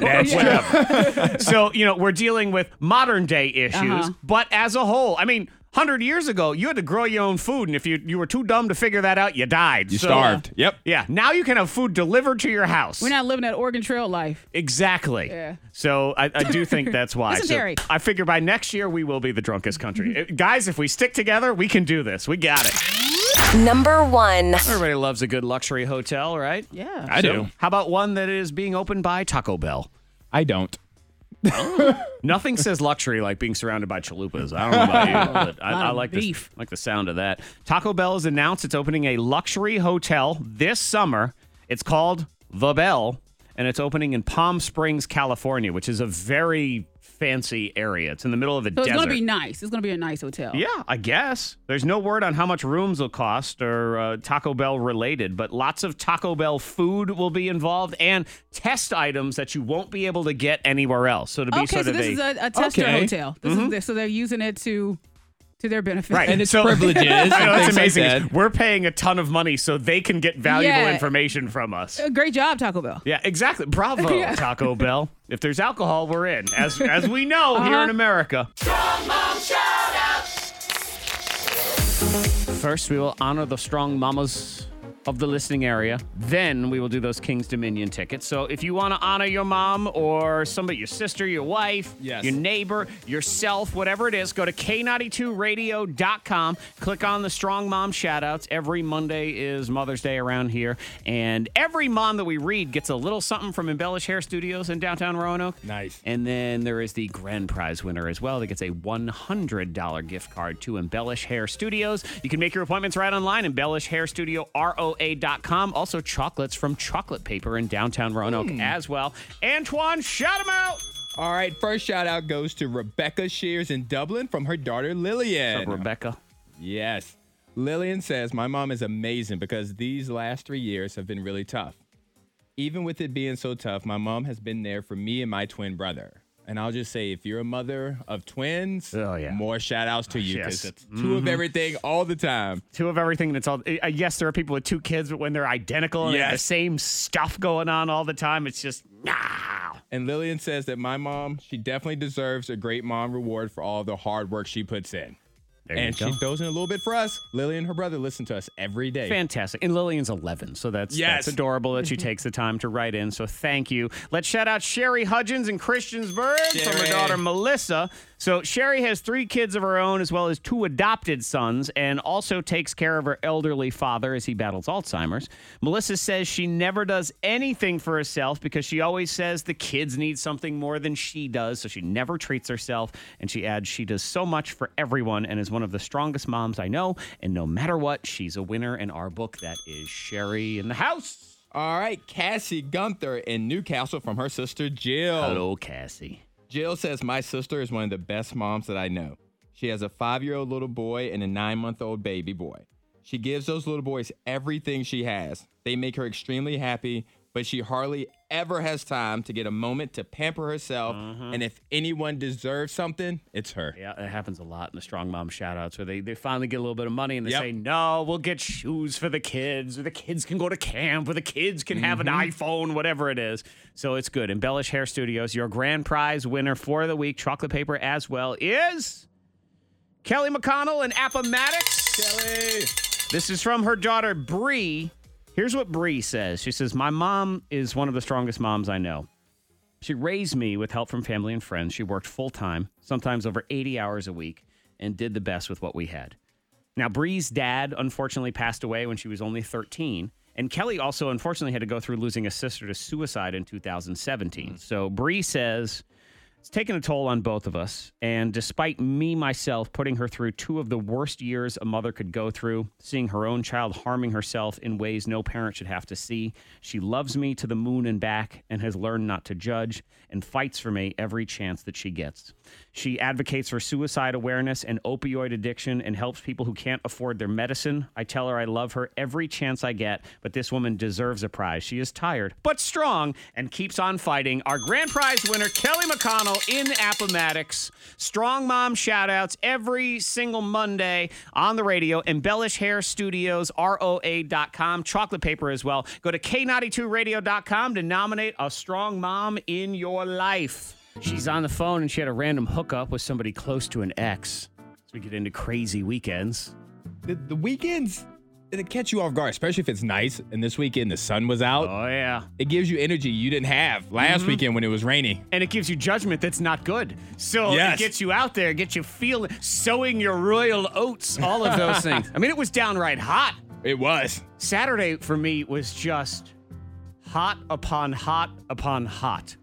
Speaker 1: whatever. so you know, we're dealing with modern day issues,
Speaker 6: Uh-huh.
Speaker 1: but as a whole, I mean. Hundred years ago, you had to grow your own food, and if you, you were too dumb to figure that out, you died.
Speaker 5: you
Speaker 1: So-
Speaker 5: starved. Yep.
Speaker 1: yeah, now you can have food delivered to your house.
Speaker 6: we're not living that Oregon Trail life.
Speaker 1: exactly.
Speaker 6: Yeah.
Speaker 1: So I, I do
Speaker 6: <laughs>
Speaker 1: think that's why.
Speaker 6: Listen,
Speaker 1: So
Speaker 6: Terry.
Speaker 1: I figure by next year we will be the drunkest country.
Speaker 6: <laughs>
Speaker 1: Uh, guys, if we stick together, we can do this. We got it.
Speaker 2: Number one.
Speaker 1: Everybody loves a good luxury hotel, right?
Speaker 6: Yeah.
Speaker 5: I
Speaker 1: So,
Speaker 5: do.
Speaker 1: How about one that is being opened by Taco Bell?
Speaker 5: I don't.
Speaker 1: Nothing says luxury like being surrounded by chalupas. I don't know about
Speaker 6: <laughs>
Speaker 1: you, but I,
Speaker 6: Lot
Speaker 1: I
Speaker 6: of
Speaker 1: like
Speaker 6: beef.
Speaker 1: this, like the sound of that. Taco Bell has announced it's opening a luxury hotel this summer. It's called The Bell, and it's opening in Palm Springs, California, which is a very fancy area. It's in the middle of the
Speaker 6: So it's
Speaker 1: desert.
Speaker 6: gonna be nice. It's gonna be a nice hotel.
Speaker 1: Yeah, I guess. There's no word on how much rooms will cost or uh, Taco Bell related, but lots of Taco Bell food will be involved and test items that you won't be able to get anywhere else. So to be
Speaker 6: Okay,
Speaker 1: sort
Speaker 6: so
Speaker 1: of
Speaker 6: this
Speaker 1: a, Mm-hmm.
Speaker 6: is a, a tester
Speaker 5: Okay.
Speaker 6: hotel. This is the, so they're using it to to their benefit.
Speaker 1: Right.
Speaker 5: And it's
Speaker 1: So- <laughs>
Speaker 5: privileges. and
Speaker 1: I know, that's
Speaker 5: things
Speaker 1: amazing.
Speaker 5: like that.
Speaker 1: We're paying a ton of money so they can get valuable
Speaker 6: Yeah.
Speaker 1: information from us.
Speaker 6: Uh, <laughs> Great job, Taco Bell.
Speaker 1: Yeah, exactly. Bravo,
Speaker 6: Yeah.
Speaker 1: Taco Bell. If there's alcohol, we're in. As as we know here in America. First, we will honor the strong mamas of the listening area. Then we will do those King's Dominion tickets. So if you want to honor your mom or somebody, your sister, your wife,
Speaker 5: Yes.
Speaker 1: your neighbor, yourself, whatever it is, go to K92radio.com. Click on the Strong Mom Shoutouts. Every Monday is Mother's Day around here. And every mom that we read gets a little something from Embellish Hair Studios in downtown Roanoke.
Speaker 5: Nice.
Speaker 1: And then there is the grand prize winner as well that gets a $100 gift card to Embellish Hair Studios. You can make your appointments right online, embellishhairstudioroa.com. Also, chocolates from Chocolate Paper in downtown Roanoke as well. Antoine, shout him out!
Speaker 5: All right, first shout out goes to Rebecca Shears in Dublin from her daughter Lillian.
Speaker 1: Rebecca.
Speaker 5: Yes. Lillian says, My mom is amazing because these last three years have been really tough. Even with it being so tough, my mom has been there for me and my twin brother. And I'll just say, if you're a mother of twins,
Speaker 1: Oh, yeah.
Speaker 5: more shout outs to you because
Speaker 1: Yes. Mm-hmm.
Speaker 5: it's 2 of everything all the time.
Speaker 1: Two of everything, and it's all. uh, Yes, there are people with two kids, but when they're identical and they have the
Speaker 5: Yes.
Speaker 1: same stuff going on all the time, it's just, nah.
Speaker 5: And Lillian says that my mom, she definitely deserves a great mom reward for all the hard work she puts in.
Speaker 1: There
Speaker 5: And she throws in a little bit for us. Lillian and her brother listen to us every day.
Speaker 1: Fantastic. And Lillian's 11, so that's,
Speaker 5: Yes. Mm-hmm.
Speaker 1: that's adorable that she takes the time to write in. So thank you. Let's shout out Sherry Hudgens in Christiansburg from her
Speaker 5: Sherry.
Speaker 1: daughter Melissa. So Sherry has three kids of her own as well as two adopted sons and also takes care of her elderly father as he battles Alzheimer's. Melissa says she never does anything for herself because she always says the kids need something more than she does, so she never treats herself. And she adds she does so much for everyone and is one of the strongest moms I know. And no matter what, she's a winner in our book. That is Sherry in the house.
Speaker 5: All right, Cassie Gunther in Newcastle from her sister Jill.
Speaker 1: Hello, Cassie.
Speaker 5: Jill says, My sister is one of the best moms that I know. She has a five year old little boy and a nine month old baby boy. She gives those little boys everything she has. They make her extremely happy, but she hardly ever has time to get a moment to pamper herself. And if anyone deserves something, it's her.
Speaker 1: Yeah, that happens a lot in the strong mom shout outs where they, they finally get a little bit of money and they
Speaker 5: Yep.
Speaker 1: say, No, we'll get shoes for the kids, or the kids can go to camp, or the kids can have an
Speaker 5: Mm-hmm.
Speaker 1: iPhone, whatever it is. So it's good. Embellish Hair Studios, your grand prize winner for the week, chocolate paper as well, is Kelly McConnell and Appomattox.
Speaker 5: Kelly!
Speaker 1: This is from her daughter, Bree. Here's what Bree says She says, My mom is one of the strongest moms I know. She raised me with help from family and friends. She worked full time, sometimes over 80 hours a week, and did the best with what we had. Now, Bree's dad unfortunately passed away when she was only 13. And Kelly also unfortunately had to go through losing a sister to suicide in 2017. So Bree says, it's taken a toll on both of us. And despite me myself putting her through two of the worst years a mother could go through, seeing her own child harming herself in ways no parent should have to see, she loves me to the moon and back and has learned not to judge and fights for me every chance that she gets. She advocates for suicide awareness and opioid addiction and helps people who can't afford their medicine. I tell her I love her every chance I get, but this woman deserves a prize. She is tired, but strong, and keeps on fighting. Our grand prize winner, Kelly McConnell in Appomattox. Strong mom shout outs every single Monday on the radio. Embellish Hair Studios, ROA.com, chocolate paper as well. Go to K92radio.com to nominate a strong mom in your life. She's on the phone and she had a random hookup with somebody close to an ex. So we get into crazy weekends.
Speaker 5: The, the weekends, they catch you off guard, especially if it's nice. And this weekend, the sun was out.
Speaker 1: Oh, yeah.
Speaker 5: it gives you energy you didn't have last
Speaker 1: Mm-hmm.
Speaker 5: weekend when it was rainy.
Speaker 1: and it gives you judgment that's not good. So
Speaker 5: Yes.
Speaker 1: it gets you out there, gets you feeling, sowing your royal oats, all of those things. I mean, it was downright hot.
Speaker 5: It was.
Speaker 1: Saturday for me was just hot upon hot upon hot.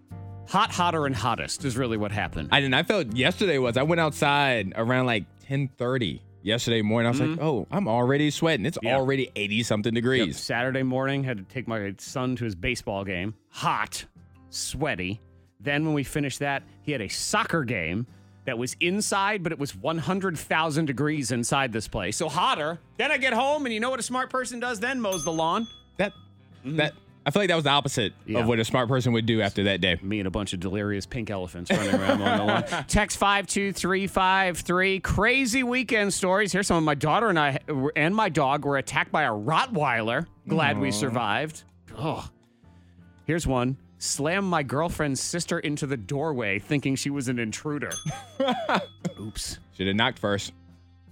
Speaker 1: Hot, hotter, and hottest is really what happened.
Speaker 5: I didn't. I felt yesterday was. I went outside around like 10:30 yesterday morning. I was like, oh, I'm already sweating. It's
Speaker 1: Mm-hmm. Yeah.
Speaker 5: already 80 something degrees.
Speaker 1: Saturday morning, had to take my son to his baseball game. Hot, sweaty. Then, when we finished that, he had a soccer game that was inside, but it was 100,000 degrees inside this place. So hotter. Then I get home, and you know what a smart person does then? Mows the lawn.
Speaker 5: That that I feel like that was the opposite
Speaker 1: Mm-hmm. Yeah.
Speaker 5: of what a smart person would do after that day.
Speaker 1: me and a bunch of delirious pink elephants running around on the lawn. Text 52353. Crazy weekend stories. Here's some of my daughter and I and my dog were attacked by a Rottweiler. Glad we survived. Oh. Here's one. Slammed my girlfriend's sister into the doorway thinking she was an intruder. Oops.
Speaker 5: Should have knocked first.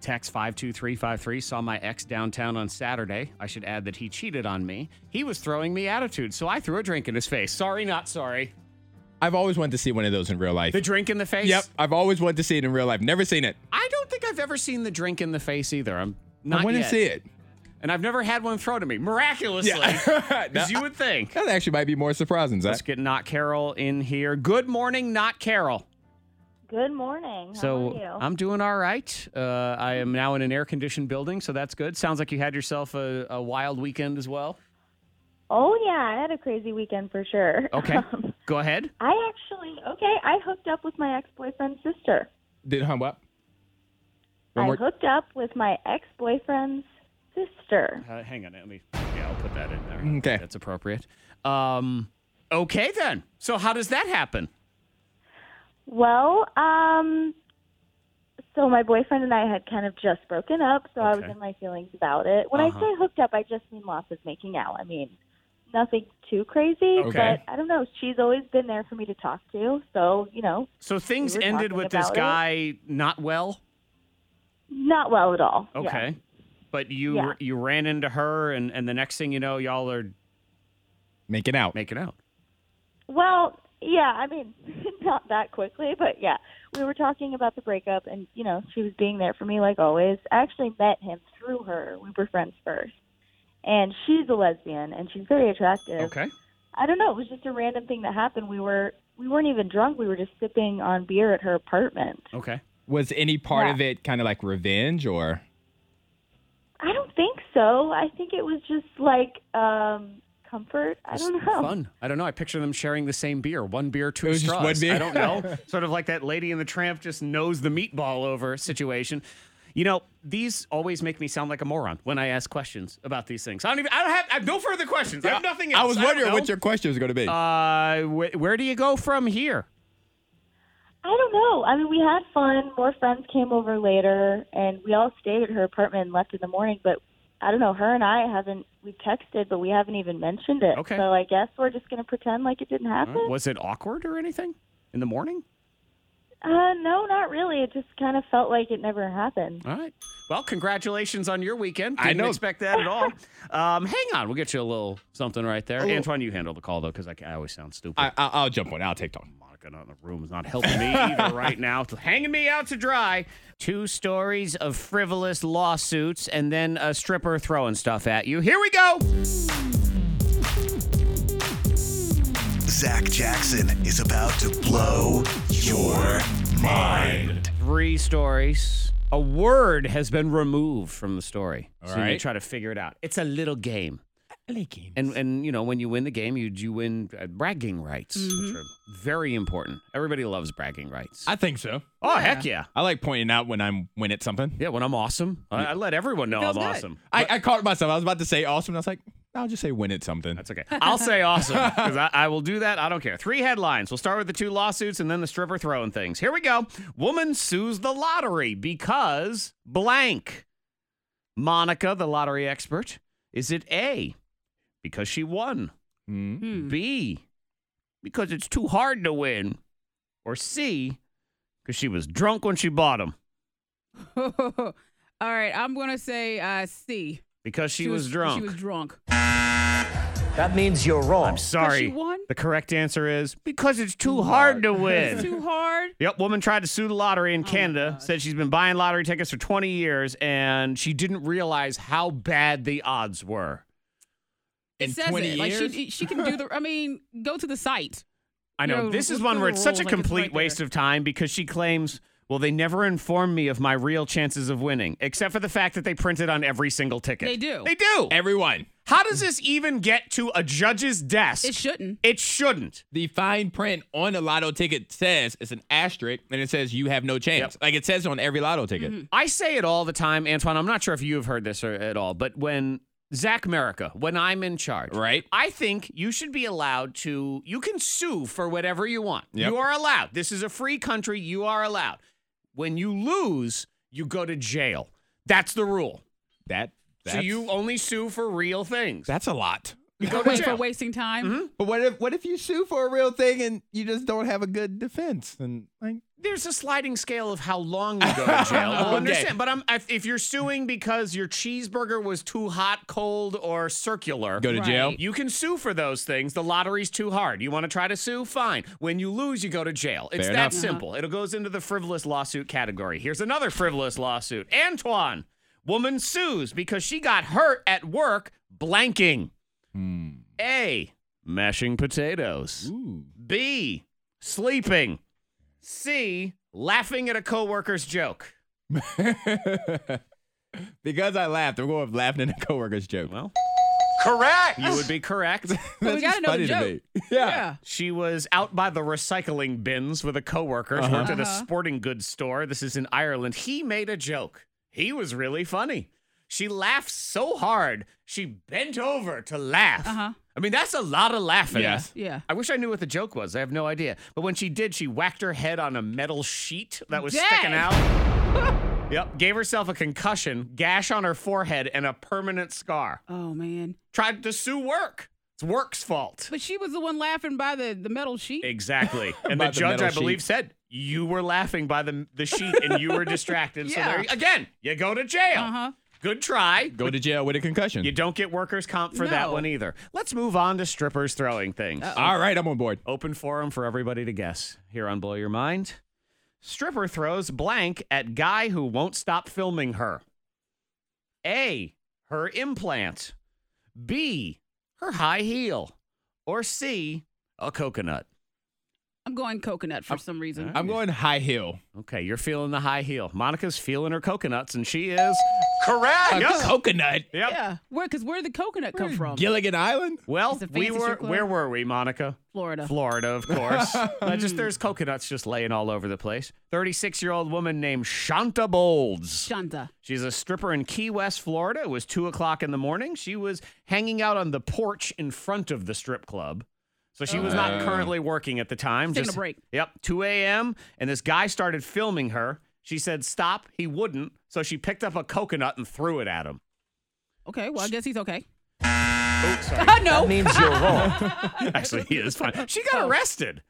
Speaker 1: Text 52353 saw my ex downtown on Saturday. I should add that he cheated on me. He was throwing me attitude, so I threw a drink in his face. Sorry, not sorry.
Speaker 5: I've always wanted to see one of those in real life.
Speaker 1: The drink in the face?
Speaker 5: Yep, I've always wanted to see it in real life. Never seen it.
Speaker 1: I don't think I've ever seen the drink in the face either. I'm not
Speaker 5: I want to
Speaker 1: yet.
Speaker 5: see it.
Speaker 1: And I've never had one thrown at me, miraculously,
Speaker 5: <laughs> Yeah.
Speaker 1: as you would think.
Speaker 5: That actually might be more surprising. Zach.
Speaker 1: Let's get Not Carol in here. Good morning, Not Carol.
Speaker 7: Good morning. How
Speaker 1: so
Speaker 7: are you?
Speaker 1: I'm doing all right. Uh, I am now in an air conditioned building, so that's good. Sounds like you had yourself a, a wild weekend as well.
Speaker 7: oh yeah, I had a crazy weekend for sure. <laughs> Um,
Speaker 1: Okay, go ahead.
Speaker 7: I actually okay. I hooked up with my ex-boyfriend's sister.
Speaker 5: Did hum up? One
Speaker 7: I
Speaker 5: more-
Speaker 7: hooked up with my ex-boyfriend's sister.
Speaker 1: Uh, hang on, let me. Yeah, I'll put that in there.
Speaker 5: Mm, Okay.
Speaker 1: that's appropriate. Um, okay then. So how does that happen?
Speaker 7: Well, um, so my boyfriend and I had kind of just broken up, so I was
Speaker 1: Okay.
Speaker 7: in my feelings about it. When
Speaker 1: Uh-huh.
Speaker 7: I say hooked up, I just mean lots of making out. I mean nothing too crazy,
Speaker 5: Okay.
Speaker 7: but I don't know. She's always been there for me to talk to, so you know,
Speaker 1: So things
Speaker 7: were
Speaker 1: ended
Speaker 7: talking
Speaker 1: with this
Speaker 7: about it.
Speaker 1: guy not well.
Speaker 7: not well at all. Yeah.
Speaker 1: Okay. But you
Speaker 7: Yeah.
Speaker 1: you ran into her, and, and the next thing you know, y'all are
Speaker 5: Making out.
Speaker 1: making out.
Speaker 7: Well, yeah, I mean, <laughs> not that quickly, but yeah, we were talking about the breakup, and you know, she was being there for me like always. I actually met him through her. We were friends first, and she's a lesbian, and she's very attractive.
Speaker 1: Okay.
Speaker 7: I don't know. It was just a random thing that happened. We were we weren't even drunk. We were just sipping on beer at her apartment.
Speaker 1: Okay.
Speaker 5: Was any part
Speaker 7: Yeah.
Speaker 5: of it kind of like revenge or?
Speaker 7: I don't think so. I think it was just like um comfort. I
Speaker 1: It's
Speaker 7: don't know.
Speaker 1: Fun. I don't know. I picture them sharing the same beer. One beer, two
Speaker 5: It was just
Speaker 1: straws.
Speaker 5: one beer.
Speaker 1: I don't
Speaker 5: <laughs>
Speaker 1: know. sort of like that lady in the tramp just knows the meatball over situation. You know, these always make me sound like a moron when I ask questions about these things. I don't even. I don't have. I have no further questions. I have nothing else.
Speaker 5: I was
Speaker 1: don't
Speaker 5: wondering
Speaker 1: know.
Speaker 5: what your question was going to be.
Speaker 1: Uh, wh- where do you go from here?
Speaker 7: I don't know. I mean, we had fun. More friends came over later, and we all stayed at her apartment and left in the morning. But I don't know. Her and I haven't. We texted, but we haven't even mentioned it.
Speaker 1: Okay.
Speaker 7: So I guess we're just gonna pretend like it didn't happen.
Speaker 1: Was it awkward or anything in the morning?
Speaker 7: Uh, no, not really. It just kind of felt like it never happened.
Speaker 1: All right. Well, congratulations on your weekend.
Speaker 5: I
Speaker 1: Didn't
Speaker 5: know.
Speaker 1: expect that at all. Um, hang on, we'll get you a little something right there.
Speaker 5: little-
Speaker 1: Antoine, you handle the call though, because I, I always sound stupid.
Speaker 5: I, I, I'll jump on. it. I'll take on.
Speaker 1: Monica not in the room is not helping
Speaker 5: <laughs>
Speaker 1: me either right now. It's Hanging me out to dry. Two stories of frivolous lawsuits and then a stripper throwing stuff at you. Here we go.
Speaker 8: Zach Jackson is about to blow your mind.
Speaker 1: Three stories. A word has been removed from the story. so you
Speaker 5: right.
Speaker 1: try to figure it out. It's a little game. And and you know when you win the game, you you win uh, bragging rights, which are very important. Everybody loves bragging rights.
Speaker 5: I think so.
Speaker 1: oh heck yeah,
Speaker 5: I like pointing out when I'm when it's something.
Speaker 1: yeah. When I'm awesome, I, I let everyone know I'm
Speaker 6: Feels good.
Speaker 1: awesome.
Speaker 5: I, I caught myself. I was about to say awesome. And I was like, I'll just say when it's something.
Speaker 1: That's okay. I'll say awesome because I, I will do that. I don't care. Three headlines. We'll start with the two lawsuits and then the stripper throwing things. Here we go. Woman sues the lottery because blank. Monica, the lottery expert, is it A, because she won?
Speaker 5: Hmm.
Speaker 1: B, because it's too hard to win. Or C, because she was drunk when she bought them.
Speaker 6: <laughs> All right, I'm gonna say uh, C.
Speaker 1: Because she, was, drunk.
Speaker 6: She was drunk.
Speaker 9: That means you're wrong.
Speaker 1: I'm sorry.
Speaker 6: she won?
Speaker 1: The correct answer is because it's too hard to win.
Speaker 6: It's too hard. Oh
Speaker 1: Yep, woman tried to sue the lottery in Canada. Said she's been buying lottery tickets for 20 years and she didn't realize how bad the odds were.
Speaker 6: It
Speaker 5: In
Speaker 6: says
Speaker 5: 20
Speaker 6: it. Like she
Speaker 5: years?
Speaker 6: she can do the. I mean, go to the site.
Speaker 1: I know
Speaker 6: No,
Speaker 1: this is
Speaker 6: look
Speaker 1: one
Speaker 6: through
Speaker 1: where
Speaker 6: the
Speaker 1: it's such a
Speaker 6: rules, like, it's
Speaker 1: complete
Speaker 6: right
Speaker 1: waste
Speaker 6: there.
Speaker 1: of time because she claims, well, they never informed me of my real chances of winning, except for the fact that they printed on every single ticket.
Speaker 6: They do.
Speaker 1: They do.
Speaker 5: Everyone.
Speaker 1: How does this even get to a judge's desk?
Speaker 6: It shouldn't.
Speaker 1: It shouldn't.
Speaker 5: The fine print on a lotto ticket says it's an asterisk and it says you have no chance. Like it says on every lotto ticket.
Speaker 1: I say it all the time, Antoine. I'm not sure if you've heard this or, at all, but when Zach Merica, when I'm in charge,
Speaker 5: Right.
Speaker 1: I think you should be allowed to. You can sue for whatever you want.
Speaker 5: Yep.
Speaker 1: You are allowed. This is a free country. You are allowed. When you lose, you go to jail. That's the rule.
Speaker 5: That that's,
Speaker 1: so you only sue for real things.
Speaker 5: that's a lot.
Speaker 1: You go to
Speaker 6: Wait for
Speaker 1: jail.
Speaker 6: wasting time.
Speaker 1: Mm-hmm.
Speaker 5: But what if what if you sue for a real thing and you just don't have a good defense and like
Speaker 1: There's a sliding scale of how long you
Speaker 5: <laughs>
Speaker 1: go to jail. I
Speaker 5: Okay.
Speaker 1: understand, but I'm, if, if you're suing because your cheeseburger was too hot, cold, or circular,
Speaker 5: go to jail?
Speaker 6: Right.
Speaker 1: You can sue for those things. The lottery's too hard. You want to try to sue? Fine. When you lose, you go to jail. It's
Speaker 5: Fair
Speaker 1: that
Speaker 5: enough.
Speaker 1: simple. It goes into the frivolous lawsuit category. Here's another frivolous lawsuit. Antoine, woman sues because she got hurt at work blanking.
Speaker 5: Hmm.
Speaker 1: A, mashing potatoes.
Speaker 5: Ooh.
Speaker 1: B, sleeping. C, laughing at a coworker's joke.
Speaker 5: <laughs> because I laughed, I'm going with laughing at a coworker's joke.
Speaker 1: Well,
Speaker 9: Correct.
Speaker 1: you would be
Speaker 5: <laughs>
Speaker 1: correct.
Speaker 6: But
Speaker 5: That's
Speaker 6: we gotta know the
Speaker 5: just funny
Speaker 6: joke.
Speaker 5: to me. <laughs> Yeah.
Speaker 1: She was out by the recycling bins with a coworker. She worked at a
Speaker 6: Uh-huh.
Speaker 1: sporting goods store. This is in Ireland. He made a joke. He was really funny. She laughed so hard, she bent over to laugh.
Speaker 6: Uh-huh.
Speaker 1: I mean, that's a lot of laughing.
Speaker 5: Yes.
Speaker 6: Yeah.
Speaker 1: I wish I knew what the joke was. I have no idea. But when she did, she whacked her head on a metal sheet that was sticking
Speaker 6: Dang.
Speaker 1: out.
Speaker 6: <laughs>
Speaker 1: yep. Gave herself a concussion, gash on her forehead, and a permanent scar.
Speaker 6: Oh man.
Speaker 1: Tried to sue work. It's work's fault.
Speaker 6: But she was the one laughing by the, the metal sheet.
Speaker 1: Exactly. And
Speaker 5: By
Speaker 1: the
Speaker 5: the
Speaker 1: judge,
Speaker 5: metal
Speaker 1: I believe,
Speaker 5: sheet.
Speaker 1: said you were laughing by the the sheet and you were distracted. So
Speaker 6: Yeah.
Speaker 1: there, you- again, you go to jail.
Speaker 6: Uh-huh.
Speaker 1: Good try.
Speaker 5: Go to jail with a concussion.
Speaker 1: You don't get workers' comp for that
Speaker 6: No.
Speaker 1: one either. Let's move on to strippers throwing things.
Speaker 5: All right, I'm on board.
Speaker 1: Open forum for everybody to guess here on Blow Your Mind. Stripper throws blank at guy who won't stop filming her. A. Her implant. B. Her high heel. Or C. A coconut.
Speaker 6: I'm going coconut for some reason.
Speaker 1: Uh-huh.
Speaker 5: I'm going high heel.
Speaker 1: Okay, you're feeling the high heel. Monica's feeling her coconuts, and she is.
Speaker 9: Correct.
Speaker 5: A coconut.
Speaker 1: Yep.
Speaker 6: yeah. Where cause where did the coconut come from?
Speaker 5: Gilligan Island?
Speaker 1: Well,
Speaker 6: It's a
Speaker 1: we
Speaker 6: fancy
Speaker 1: were.
Speaker 6: strip club.
Speaker 1: Where were we, Monica?
Speaker 6: Florida.
Speaker 1: Florida, of course. Uh, just there's coconuts just laying all over the place. 36 year old woman named Shanta Bolds.
Speaker 6: Shanta.
Speaker 1: She's a stripper in Key West, Florida. It was two o'clock in the morning. She was hanging out on the porch in front of the strip club. So she was not
Speaker 9: Oh.
Speaker 1: currently working at the time.
Speaker 6: Taking a break.
Speaker 1: Yep, 2 a.m. And this guy started filming her. She said stop. He wouldn't. So she picked up a coconut and threw it at him.
Speaker 6: Okay, well I guess he's okay.
Speaker 9: That
Speaker 6: <laughs> no.
Speaker 9: means you're wrong.
Speaker 1: <laughs> Actually, he is fine. She
Speaker 6: Oh.
Speaker 1: got arrested.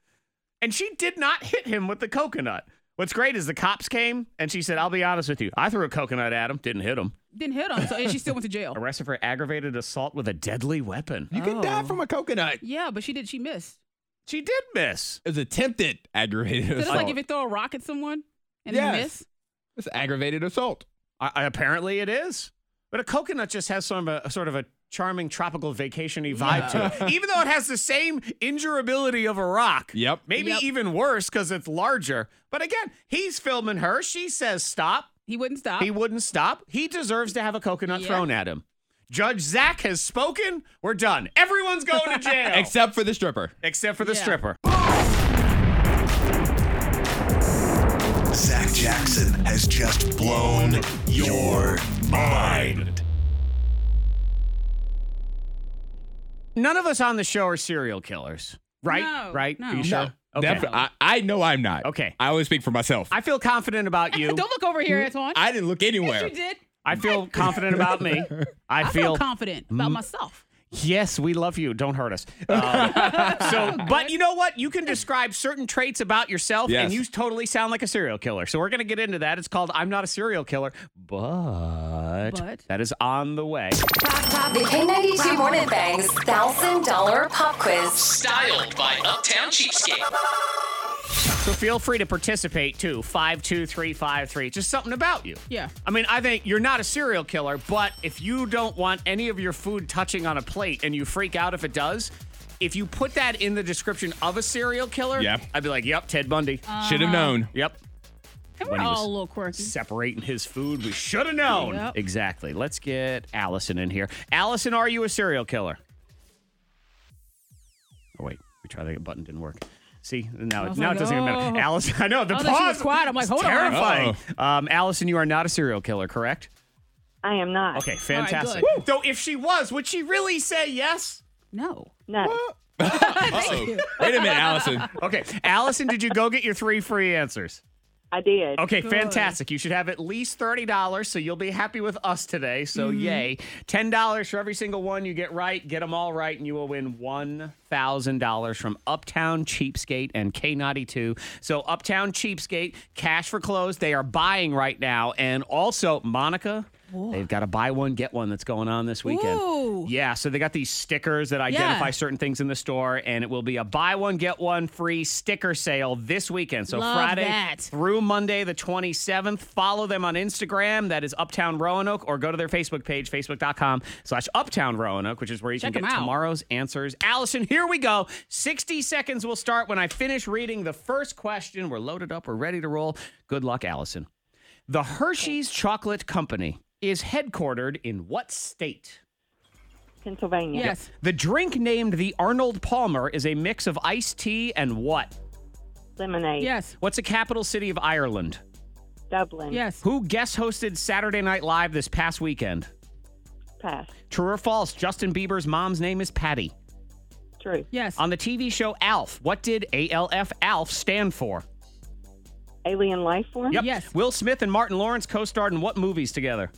Speaker 1: And she did not hit him with the coconut. What's great is the cops came and she said, I'll be honest with you. I threw a coconut at him, didn't hit him.
Speaker 6: Didn't hit him, so and she still went to jail.
Speaker 1: Arrested for aggravated assault with a deadly weapon.
Speaker 5: You can die from a coconut. It
Speaker 6: Yeah, but she did she missed.
Speaker 1: She did miss.
Speaker 5: was attempted aggravated
Speaker 6: So it's
Speaker 5: assault.
Speaker 6: like if you throw a rock at someone and
Speaker 5: Yes.
Speaker 6: you miss.
Speaker 5: it's aggravated assault.
Speaker 1: I, I- apparently, it is. But a coconut just has sort of a, sort of a charming tropical vacationy vibe to it, even though it has the same injurability of a rock.
Speaker 5: Yep.
Speaker 1: Maybe
Speaker 6: Yep.
Speaker 1: even worse because it's larger. But again, he's filming her. She says stop.
Speaker 6: He wouldn't stop. <laughs>
Speaker 1: He wouldn't stop. He deserves to have a coconut
Speaker 6: Yeah.
Speaker 1: thrown at him. Judge Zach has spoken. We're done. Everyone's going
Speaker 5: <laughs>
Speaker 1: to jail
Speaker 5: Except for the stripper.
Speaker 1: except for the
Speaker 6: Yeah.
Speaker 1: stripper.
Speaker 8: Zach Jackson has just blown your mind.
Speaker 1: None of us on the show are serial killers, right?
Speaker 6: No,
Speaker 1: right?
Speaker 6: no.
Speaker 1: Are you sure? Okay.
Speaker 5: Defi- I, I know I'm not.
Speaker 1: Okay.
Speaker 5: I always speak for myself. I,
Speaker 1: I feel confident about you.
Speaker 6: <laughs> Don't look over here, Antoine.
Speaker 5: didn't look anywhere.
Speaker 6: you did.
Speaker 1: I feel confident about
Speaker 5: <laughs>
Speaker 1: me. I
Speaker 6: I
Speaker 1: feel,
Speaker 6: feel confident about myself.
Speaker 1: yes, we love you. Don't hurt
Speaker 5: <laughs>
Speaker 1: us. Um, so, but you know what? You can describe certain traits about yourself,
Speaker 5: Yes.
Speaker 1: and you totally sound like a serial killer. So we're gonna get into that. It's called "I'm Not a Serial Killer," but,
Speaker 6: But?
Speaker 1: that is on the way.
Speaker 2: The K92 Morning Thing's $1,000 pop quiz.
Speaker 10: Styled by Uptown Cheapskate.
Speaker 1: So feel free to participate too. Five two three five three. Just something about you.
Speaker 6: Yeah.
Speaker 1: I mean, I think you're not a serial killer, but if you don't want any of your food touching on a plate and you freak out if it does, if you put that in the description of a serial killer,
Speaker 5: Yeah. Uh.
Speaker 1: I'd be like, yep, Ted Bundy.
Speaker 5: Should have known.
Speaker 1: yep.
Speaker 6: And
Speaker 1: when
Speaker 6: we're
Speaker 1: he
Speaker 6: all
Speaker 1: was
Speaker 6: a little quirky.
Speaker 1: separating his food. We should have known.
Speaker 6: Yep.
Speaker 1: Exactly. Let's get Allison in here. Allison, are you a serial killer? Oh wait, we tried that button didn't work. See, now,
Speaker 6: I
Speaker 1: it
Speaker 6: was
Speaker 1: now
Speaker 6: like,
Speaker 1: it doesn't even matter.
Speaker 6: oh.
Speaker 1: Allison, I know the
Speaker 6: I thought she was
Speaker 1: pause.
Speaker 6: quiet. I'm like,
Speaker 1: it's
Speaker 6: hold on.
Speaker 1: terrifying. Um, Allison, you are not a serial killer, correct?
Speaker 7: I am not.
Speaker 1: Okay, fantastic.
Speaker 6: good.
Speaker 1: Woo! Though if she was, would she really say yes?
Speaker 6: No.
Speaker 7: No.
Speaker 5: Uh-oh. Wait a minute, Allison.
Speaker 1: Okay, Allison, did you go get your three free answers?
Speaker 7: I did.
Speaker 1: Okay, fantastic. You should have at least $30, so you'll be happy with us today. So,
Speaker 6: Mm-hmm.
Speaker 1: yay. $10 for every single one you get right. Get them all right, and you will win $1,000 from Uptown Cheapskate and K92. So, Uptown Cheapskate, cash for clothes. They are buying right now. And also, Monica. They've got a buy one, get one that's going on this weekend.
Speaker 6: Ooh.
Speaker 1: Yeah, so they got these stickers that identify certain things in the store, and it will be a buy one, get one free sticker sale this weekend. So
Speaker 6: Love
Speaker 1: Friday
Speaker 6: that.
Speaker 1: through Monday, the 27th. Follow them on Instagram. That is Uptown Roanoke, or go to their Facebook page, facebook.com slash Uptown Roanoke, which is where you
Speaker 6: Check
Speaker 1: can
Speaker 6: 'em
Speaker 1: get
Speaker 6: out.
Speaker 1: tomorrow's answers. Allison, here we go. 60 seconds will start when I finish reading the first question. We're loaded up. We're ready to roll. Good luck, Allison. The Hershey's Chocolate Company is headquartered in what state?
Speaker 7: Pennsylvania.
Speaker 6: Yes.
Speaker 1: The drink named the Arnold Palmer is a mix of iced tea and what?
Speaker 7: Lemonade.
Speaker 6: Yes.
Speaker 1: What's the capital city of Ireland?
Speaker 7: Dublin.
Speaker 6: Yes.
Speaker 1: Who guest hosted Saturday Night Live this past weekend?
Speaker 7: Pass.
Speaker 1: True or false, Justin Bieber's mom's name is Patty.
Speaker 7: True.
Speaker 6: Yes.
Speaker 1: On the TV show ALF, what did ALF ALF stand for?
Speaker 7: Alien life form.
Speaker 6: Oh, Yes.
Speaker 1: Will Smith and Martin Lawrence co starred in what movies together?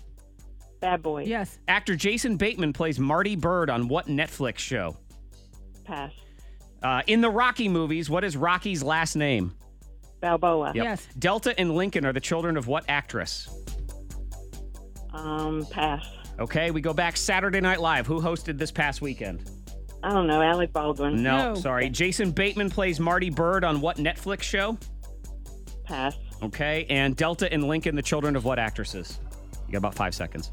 Speaker 7: Bad boy.
Speaker 6: Yes.
Speaker 1: Actor Jason Bateman plays Marty Bird on what Netflix show?
Speaker 7: Pass.
Speaker 1: Uh, in the Rocky movies, what is Rocky's last name?
Speaker 7: Balboa.
Speaker 6: Yes.
Speaker 1: Delta and Lincoln are the children of what actress?
Speaker 7: Um. Pass.
Speaker 1: Okay, we go back Saturday Night Live. Who hosted this past weekend?
Speaker 7: I don't know. Alec Baldwin.
Speaker 1: No,
Speaker 6: No.
Speaker 1: sorry. Jason Bateman plays Marty Bird on what Netflix show?
Speaker 7: Pass.
Speaker 1: Okay, and Delta and Lincoln, the children of what actresses? You got about five seconds.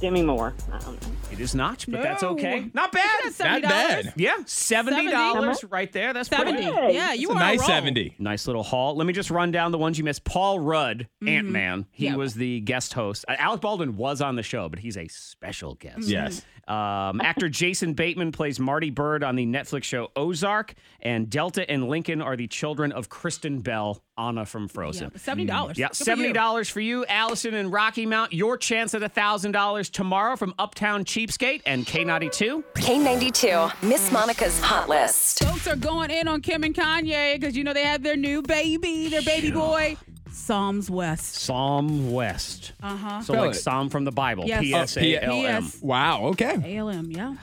Speaker 7: Demi Moore. I don't know.
Speaker 1: It is not, but that's
Speaker 6: No.
Speaker 1: okay. Not bad.
Speaker 6: Isn't
Speaker 5: Not
Speaker 6: that $70?
Speaker 5: bad.
Speaker 1: Yeah, seventy dollars right there. That's pretty
Speaker 6: 70.
Speaker 1: good.
Speaker 6: Yeah, you
Speaker 5: It's a
Speaker 6: are
Speaker 5: nice
Speaker 6: wrong.
Speaker 5: 70.
Speaker 1: Nice little haul. Let me just run down the ones you missed. Paul Rudd, Ant Man. He
Speaker 6: Yeah.
Speaker 1: was the guest host. Uh, Alec Baldwin was on the show, but he's a special guest.
Speaker 5: Yes.
Speaker 1: Um, actor Jason Bateman plays Marty Bird on the Netflix show Ozark, and Delta and Lincoln are the children of Kristen Bell, Anna from Frozen.
Speaker 6: Yeah, Seventy dollars.
Speaker 1: Yeah, seventy dollars for you, Allison and Rocky Mount. Your chance at thousand dollars tomorrow from Uptown Cheapskate and K ninety two.
Speaker 2: K92, Miss Monica's Hot List.
Speaker 6: Folks are going in on Kim and Kanye because you know they have their new baby, their baby boy, Psalms West.
Speaker 1: Psalm West. Uh huh. So
Speaker 5: Spell
Speaker 1: like
Speaker 5: it.
Speaker 1: Psalm from the Bible.
Speaker 6: Uh-huh. Yes.
Speaker 1: Uh, P
Speaker 6: Oh,
Speaker 1: S A L E. M.
Speaker 6: P.S.
Speaker 5: Wow. Okay.
Speaker 6: ALM. Yeah.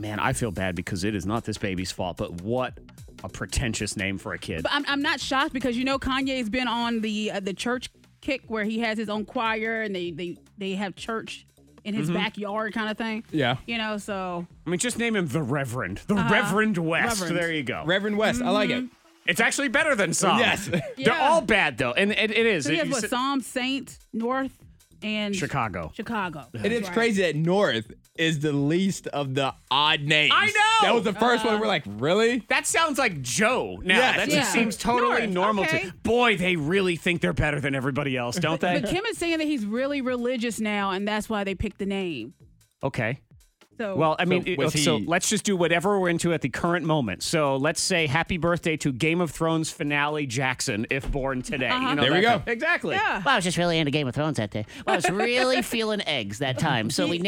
Speaker 1: Man, I feel bad because it is not this baby's fault, but what a pretentious name for a kid.
Speaker 6: But I'm, I'm not shocked because you know Kanye's been on the uh, the church kick where he has his own choir and they they they have church in his backyard kind of thing.
Speaker 5: Yeah.
Speaker 6: You know, so
Speaker 1: I mean, just name him the Reverend, the Reverend West.
Speaker 6: Uh-huh. Reverend.
Speaker 1: There you go.
Speaker 5: Reverend West. I like it.
Speaker 1: it's actually better than Psalm.
Speaker 5: Yes.
Speaker 1: They're all bad though, and it, it is.
Speaker 6: so he has
Speaker 1: You
Speaker 6: what
Speaker 1: said-
Speaker 6: Psalm, Saint, North, and
Speaker 1: Chicago.
Speaker 6: Chicago.
Speaker 5: And it's crazy that North is the least of the odd names.
Speaker 1: I know! Uh,
Speaker 5: That was the first one. We're like, really?
Speaker 1: That sounds like Joe now.
Speaker 5: Yes.
Speaker 1: That just
Speaker 6: Yeah.
Speaker 1: seems totally
Speaker 6: North,
Speaker 1: normal
Speaker 6: okay.
Speaker 1: to. Boy, they really think they're better than everybody else, don't they?
Speaker 6: <laughs> But Kim is saying that he's really religious now, and that's why they picked the name.
Speaker 1: okay.
Speaker 6: So
Speaker 1: Well, I mean, it-
Speaker 5: was
Speaker 1: so
Speaker 5: he-
Speaker 1: let's just do whatever we're into at the current moment. So let's say happy birthday to Game of Thrones finale Jackson, if born today.
Speaker 6: Uh-huh.
Speaker 1: You know,
Speaker 5: There we
Speaker 1: that
Speaker 5: go.
Speaker 1: kind- Exactly.
Speaker 6: Yeah.
Speaker 1: Well, I was just really into Game of Thrones that day. Well, I was
Speaker 6: <laughs>
Speaker 1: really feeling eggs that time. So
Speaker 6: He- he's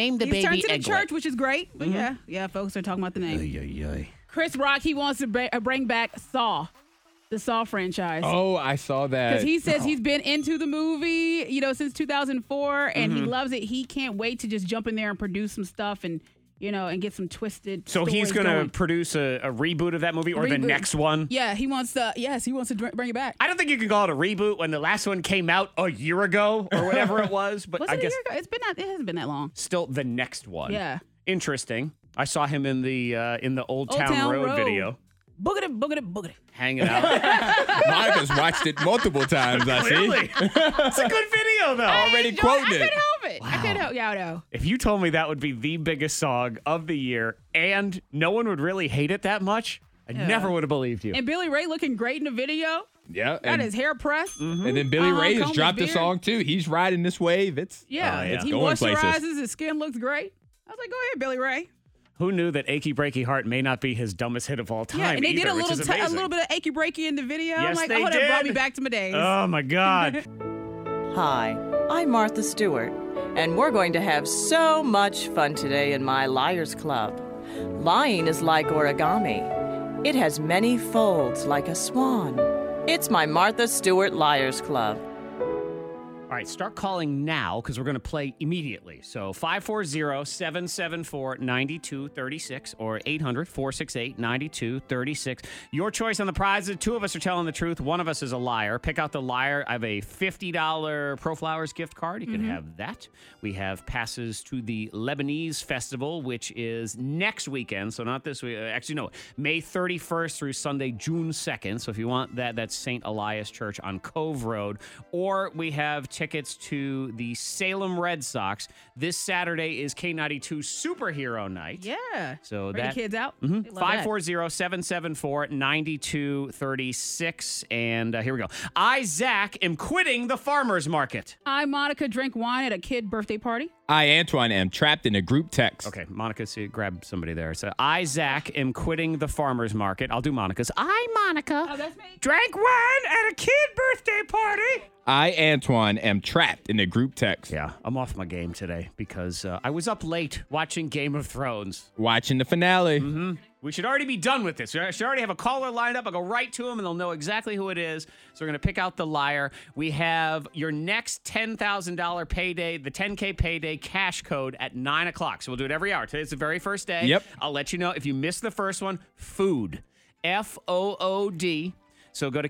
Speaker 6: turned to the church, which is great. But yeah, yeah, folks are talking about the name. Chris Rock, he wants to bra- uh, bring back Saw, the Saw franchise.
Speaker 5: Oh, I saw that.
Speaker 6: Because he says he's been into the movie, you know, since 2004, and
Speaker 1: Mm-hmm.
Speaker 6: he loves it. He can't wait to just jump in there and produce some stuff, and you know, and get some twisted.
Speaker 1: So he's
Speaker 6: stories
Speaker 1: gonna
Speaker 6: going.
Speaker 1: produce a, a reboot of that movie or the
Speaker 6: Reboot.
Speaker 1: next one.
Speaker 6: Yeah, he wants to. Yes, he wants to dr- bring it back.
Speaker 1: I don't think you can call it a reboot when the last one came out a year ago or whatever
Speaker 6: <laughs>
Speaker 1: it was. But
Speaker 6: Was
Speaker 1: I
Speaker 6: it a
Speaker 1: guess
Speaker 6: year ago? It's been not. It hasn't been that long.
Speaker 1: still the next one.
Speaker 6: Yeah.
Speaker 1: Interesting. I saw him in the uh, in the Old,
Speaker 6: Old
Speaker 1: Town,
Speaker 6: Town
Speaker 1: Road,
Speaker 6: Road.
Speaker 1: video,
Speaker 6: Boogity, boogity, boogity.
Speaker 1: hanging
Speaker 6: <laughs>
Speaker 1: out.
Speaker 5: <laughs> Monica's watched it multiple times,
Speaker 1: <laughs>
Speaker 5: I see.
Speaker 1: Clearly, it's a good video though.
Speaker 5: Already
Speaker 6: Enjoy- I
Speaker 5: quoted
Speaker 6: couldn't
Speaker 5: it.
Speaker 6: help it. I couldn't help. Yeah, I know.
Speaker 1: If you told me that would be the biggest song of the year and no one would really hate it that much, I never would have believed you.
Speaker 6: And Billy Ray looking great in the video.
Speaker 5: Yeah.
Speaker 6: Got his hair pressed.
Speaker 1: Mm-hmm.
Speaker 5: And then Billy
Speaker 6: Uh-huh,
Speaker 5: Ray
Speaker 6: comb
Speaker 5: has
Speaker 6: his
Speaker 5: dropped a
Speaker 6: beard.
Speaker 5: song too. He's riding this wave. It's
Speaker 6: Yeah,
Speaker 1: Oh, yeah.
Speaker 6: he
Speaker 5: Going
Speaker 6: moisturizes.
Speaker 5: places.
Speaker 6: His skin looks great. I was like, go ahead, Billy Ray.
Speaker 1: Who knew that "Achy Breaky Heart" may not be his dumbest hit of all time?
Speaker 6: Yeah, and they did
Speaker 1: either,
Speaker 6: a
Speaker 1: which
Speaker 6: little,
Speaker 1: is
Speaker 6: t- a
Speaker 1: amazing.
Speaker 6: little bit of achy breaky in the video. I'm
Speaker 1: Yes,
Speaker 6: like,
Speaker 1: they
Speaker 6: oh, that brought me
Speaker 1: did.
Speaker 6: back to my days.
Speaker 1: Oh my
Speaker 6: <laughs>
Speaker 1: God!
Speaker 11: Hi, I'm Martha Stewart, and we're going to have so much fun today in my Liars Club. Lying is like origami, it has many folds like a swan. It's my Martha Stewart Liars Club.
Speaker 1: all right, start calling now because we're going to play immediately. So 540-774-9236 or 800-468-9236. Your choice on the prize. The two of us are telling the truth. One of us is a liar. Pick out the liar. I have a $50 Pro Flowers gift card. You can have that. We have passes to the Lebanese Festival, which is next weekend. So not this week. uh, Actually, no, May 31st through Sunday, June 2nd. So if you want that, that's St. Elias Church on Cove Road. Or we have tickets to the Salem Red Sox. This Saturday is K92 Superhero Night.
Speaker 6: Yeah.
Speaker 1: So
Speaker 6: Bring the
Speaker 1: that Mm-hmm.
Speaker 6: kids out. They love that.
Speaker 1: 540-774-9236 and uh, here we go. I Zach am quitting the farmers market.
Speaker 6: I, Monica, drank wine at a kid birthday party.
Speaker 5: I Antoine am trapped in a group text.
Speaker 1: Okay, Monica, see, grab somebody there. So I Zach am quitting the farmers market. I'll do Monica's. I Monica drank wine at a kid birthday party.
Speaker 5: I Antoine am trapped in a group text.
Speaker 1: Yeah, I'm off my game today because uh, I was up late watching Game of Thrones.
Speaker 5: Watching the finale.
Speaker 1: Mm-hmm. We should already be done with this. We should already have a caller lined up. I'll go right to him and they'll know exactly who it is. So we're going to pick out the liar. We have your next $10,000 payday, the 10K payday cash code at 9 o'clock. So we'll do it every hour. Today's the very first day.
Speaker 5: Yep.
Speaker 1: I'll let you know if you missed the first one. Food. F O O D. So go to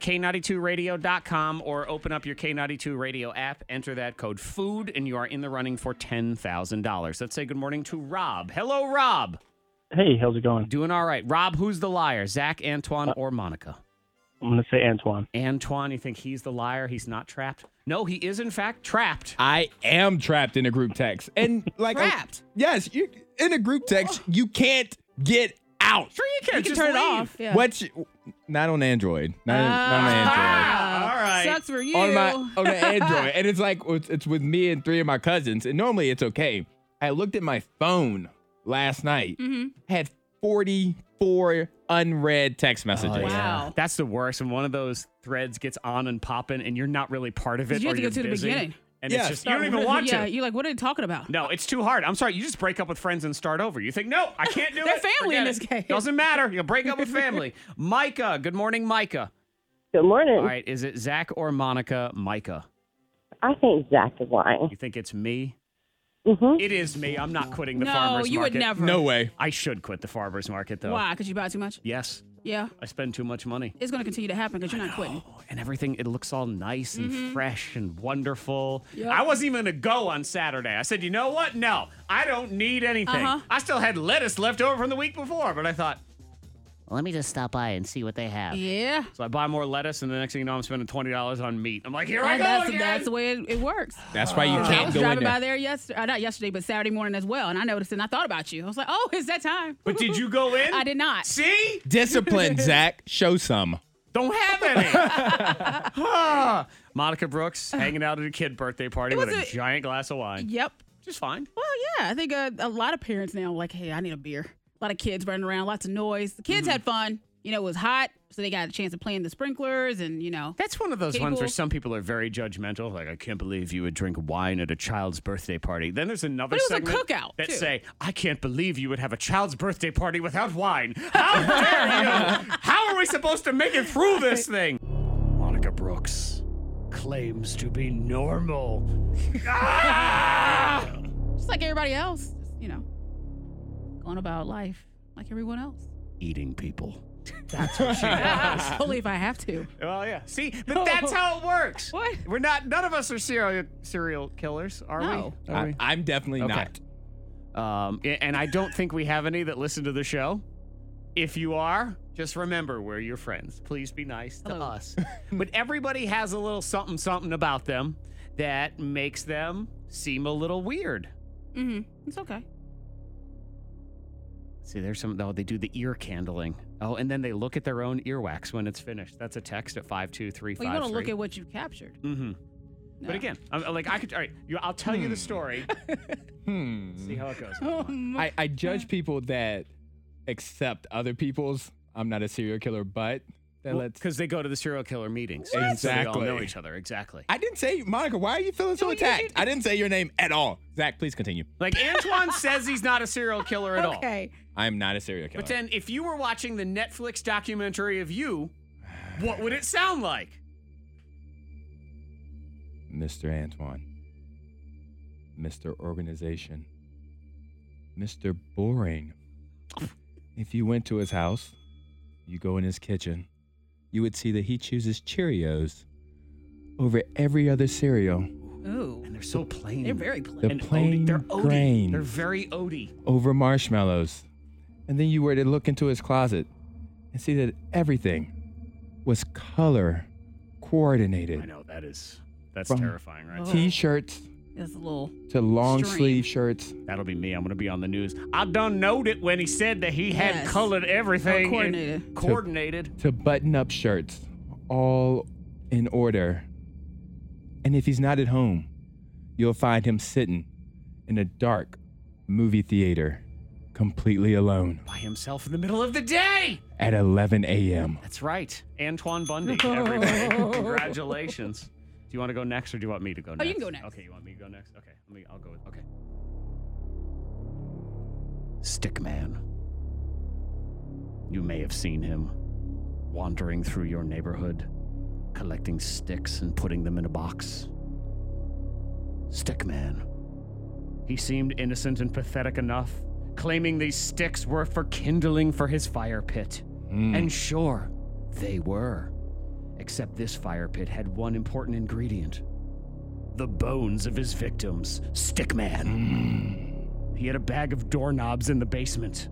Speaker 1: K92radio.com or open up your K92 radio app, enter that code food, and you are in the running for $10,000. Let's say good morning to Rob. Hello, Rob.
Speaker 12: Hey, how's it going?
Speaker 1: Doing all right. Rob, who's the liar? Zach, Antoine, or Monica?
Speaker 12: I'm gonna say Antoine.
Speaker 1: Antoine, you think he's the liar? He's not trapped? No, he is, in fact, trapped. oh,
Speaker 5: I am trapped in a group text. <laughs> And like a-
Speaker 1: Trapped?
Speaker 5: yes, you in a group text, you can't get out.
Speaker 1: Sure, you can.
Speaker 6: You can
Speaker 1: Just
Speaker 6: turn it
Speaker 1: leave.
Speaker 6: off. Yeah.
Speaker 5: What you- not on Android. Not, not on
Speaker 1: Ah.
Speaker 5: Android.
Speaker 1: all right.
Speaker 6: Ah, Sucks for
Speaker 5: <laughs>
Speaker 6: you.
Speaker 5: on my on the
Speaker 1: <laughs>
Speaker 5: Android, and it's like it's, it's with me and three of my cousins, and normally it's okay. I looked at my phone last night,
Speaker 1: Mm-hmm.
Speaker 5: had forty four unread text messages.
Speaker 6: Wow.
Speaker 1: That's the worst. When one of those threads gets on and popping and you're not really part of it,
Speaker 6: You
Speaker 1: or
Speaker 6: have to go
Speaker 1: you're
Speaker 6: to the
Speaker 1: busy,
Speaker 6: beginning.
Speaker 1: And
Speaker 5: Yeah.
Speaker 1: it's just, you don't even
Speaker 6: Really-
Speaker 1: want
Speaker 6: yeah,
Speaker 1: to.
Speaker 6: you're like, what are they talking about?
Speaker 1: No, it's too hard. I'm sorry. You just break up with friends and start over. You think, no, I
Speaker 6: <laughs>
Speaker 1: can't do
Speaker 6: They're
Speaker 1: it.
Speaker 6: family in
Speaker 1: Forget
Speaker 6: this
Speaker 1: it.
Speaker 6: case.
Speaker 1: Doesn't matter. You'll break
Speaker 6: <laughs>
Speaker 1: up with family. Micah. Good morning, Micah.
Speaker 13: Good morning.
Speaker 1: All right. Is it Zach or Monica? Micah.
Speaker 13: I think Zach is lying.
Speaker 1: You think it's me?
Speaker 13: Mm-hmm.
Speaker 1: It is me. I'm not quitting the
Speaker 6: No,
Speaker 1: farmer's
Speaker 6: you would
Speaker 1: market.
Speaker 6: never. No
Speaker 5: way.
Speaker 1: I should quit the farmer's market, though.
Speaker 6: Why? Because you buy too much?
Speaker 1: Yes.
Speaker 6: Yeah.
Speaker 1: I spend too much money. Oh,
Speaker 6: It's going to continue to happen because you're not quitting.
Speaker 1: And everything, it looks all nice and
Speaker 6: Mm-hmm.
Speaker 1: fresh and wonderful.
Speaker 6: Yep.
Speaker 1: I wasn't even going to go on Saturday. I said, you know what? No, I don't need anything.
Speaker 6: Uh-huh.
Speaker 1: I still had lettuce left over from the week before, but I thought, let me just stop by and see what they have.
Speaker 6: Yeah.
Speaker 1: So I buy more lettuce, and the next thing you know, I'm spending $20 on meat. I'm like, here I
Speaker 6: And
Speaker 1: go.
Speaker 6: that's,
Speaker 1: again.
Speaker 6: that's the way it, it works.
Speaker 5: That's why you
Speaker 6: I
Speaker 5: can't
Speaker 6: was
Speaker 5: go in
Speaker 6: driving by
Speaker 5: there.
Speaker 6: there yesterday, uh, not yesterday, but Saturday morning as well, and I noticed it and I thought about you. I was like, oh, it's that time.
Speaker 1: But did you go in?
Speaker 6: I did not.
Speaker 1: See? <laughs>
Speaker 5: Discipline, Zach. Show some.
Speaker 1: Don't
Speaker 6: <laughs>
Speaker 1: have any. Ah. Monica Brooks hanging out at a kid birthday party
Speaker 6: It
Speaker 1: with a,
Speaker 6: was a-
Speaker 1: giant glass of wine.
Speaker 6: Yep.
Speaker 1: Just fine.
Speaker 6: Well, yeah, I think uh, a lot of parents now are like, hey, I need a beer. A lot of kids running around, lots of noise. The
Speaker 1: Mm-hmm.
Speaker 6: kids had fun. You know, it was hot, so they got a chance to play in the sprinklers, and you know,
Speaker 1: That's one of those ones where
Speaker 6: People-
Speaker 1: some people are very judgmental. Like, I can't believe you would drink wine at a child's birthday party. Then there's another
Speaker 6: But it was a
Speaker 1: segment
Speaker 6: cookout,
Speaker 1: that
Speaker 6: too.
Speaker 1: say, I can't believe you would have a child's birthday party without wine. How dare you? How are we supposed to make it through this thing? Monica Brooks claims to be normal. Ah!
Speaker 6: just like everybody else, just, you know, going about life like everyone
Speaker 1: <laughs>
Speaker 6: else.
Speaker 1: Eating people. Ah.
Speaker 6: Only if I have
Speaker 1: <laughs>
Speaker 6: to.
Speaker 1: Well, yeah.
Speaker 6: <laughs>
Speaker 1: See, but that's how it works.
Speaker 6: What?
Speaker 1: We're not. None of us are serial serial killers, are
Speaker 6: No.
Speaker 1: we? Are
Speaker 5: I,
Speaker 1: we?
Speaker 5: I'm definitely
Speaker 1: Okay.
Speaker 5: not.
Speaker 1: Um, a- and I don't think we have any that listen to the show. If you are, just remember we're your friends. Please be nice to
Speaker 6: Hello.
Speaker 1: us. but everybody has a little something something about them that makes them seem a little weird.
Speaker 6: Mm-hmm. It's okay.
Speaker 1: See, there's some. Oh, they do the ear candling. Oh, and then they look at their own earwax when it's finished. That's a text at five two three
Speaker 6: Well, you
Speaker 1: five
Speaker 6: want to look
Speaker 1: three.
Speaker 6: at what you
Speaker 1: <laughs>
Speaker 6: captured.
Speaker 1: Mm-hmm. But again, I'm, like I could. All right, you, I'll tell you the story.
Speaker 5: Hmm.
Speaker 1: See how it
Speaker 5: <laughs>
Speaker 1: goes.
Speaker 6: <laughs>
Speaker 5: I, I judge people that accept other people's. I'm not a serial killer, but that
Speaker 1: Well,
Speaker 5: lets.
Speaker 1: 'cause they go to the serial killer meetings. So they all
Speaker 5: Exactly.
Speaker 1: know each other. Exactly.
Speaker 5: I didn't say Monica. Why are you feeling so attacked? I didn't say your name at all. Zach, please continue.
Speaker 1: Like
Speaker 6: <laughs>
Speaker 1: Antoine says he's not a serial killer at all.
Speaker 6: Okay.
Speaker 5: I am not a serial killer.
Speaker 1: But then if you were watching the Netflix documentary of you, what would it sound like?
Speaker 5: Mr. Antoine, Mr. Organization, Mr. <laughs> Boring. If you went to his house, you go in his kitchen, you would see that he chooses Cheerios over every other cereal.
Speaker 6: Ooh.
Speaker 1: And they're so plain.
Speaker 6: They're very
Speaker 5: The
Speaker 6: plain.
Speaker 5: plain
Speaker 1: They're Odie.
Speaker 5: grain
Speaker 1: They're very Odie.
Speaker 5: over marshmallows. And then you were to look into his closet and see that everything was color coordinated.
Speaker 1: I know that is that's
Speaker 5: From
Speaker 1: terrifying, right?
Speaker 5: T-shirts
Speaker 6: That's a little.
Speaker 5: to long
Speaker 1: Oh. Extreme.
Speaker 5: sleeve shirts.
Speaker 1: That'll be me. I'm gonna be on the news. I done knowed it when he said that he had
Speaker 6: Yes.
Speaker 1: colored everything.
Speaker 6: Oh, coordinated.
Speaker 1: and coordinated.
Speaker 5: to button up shirts, all in order. And if he's not at home, you'll find him sitting in a dark movie theater, completely alone
Speaker 1: By himself in the middle of the day.
Speaker 5: at 11 a.m.
Speaker 1: That's right. Antoine Bundy, everybody. <laughs> Congratulations. Do you want to go next or do you want me to go
Speaker 6: Oh,
Speaker 1: next?
Speaker 6: you can go next.
Speaker 1: Okay, you want me to go next? Okay, let me I'll go with okay. Stickman. You may have seen him wandering through your neighborhood, collecting sticks and putting them in a box. Stickman. He seemed innocent and pathetic enough, claiming these sticks were for kindling for his fire pit. And sure, they were. Except this fire pit had one important ingredient the bones of his victims, Stickman. He had a bag of doorknobs in the basement.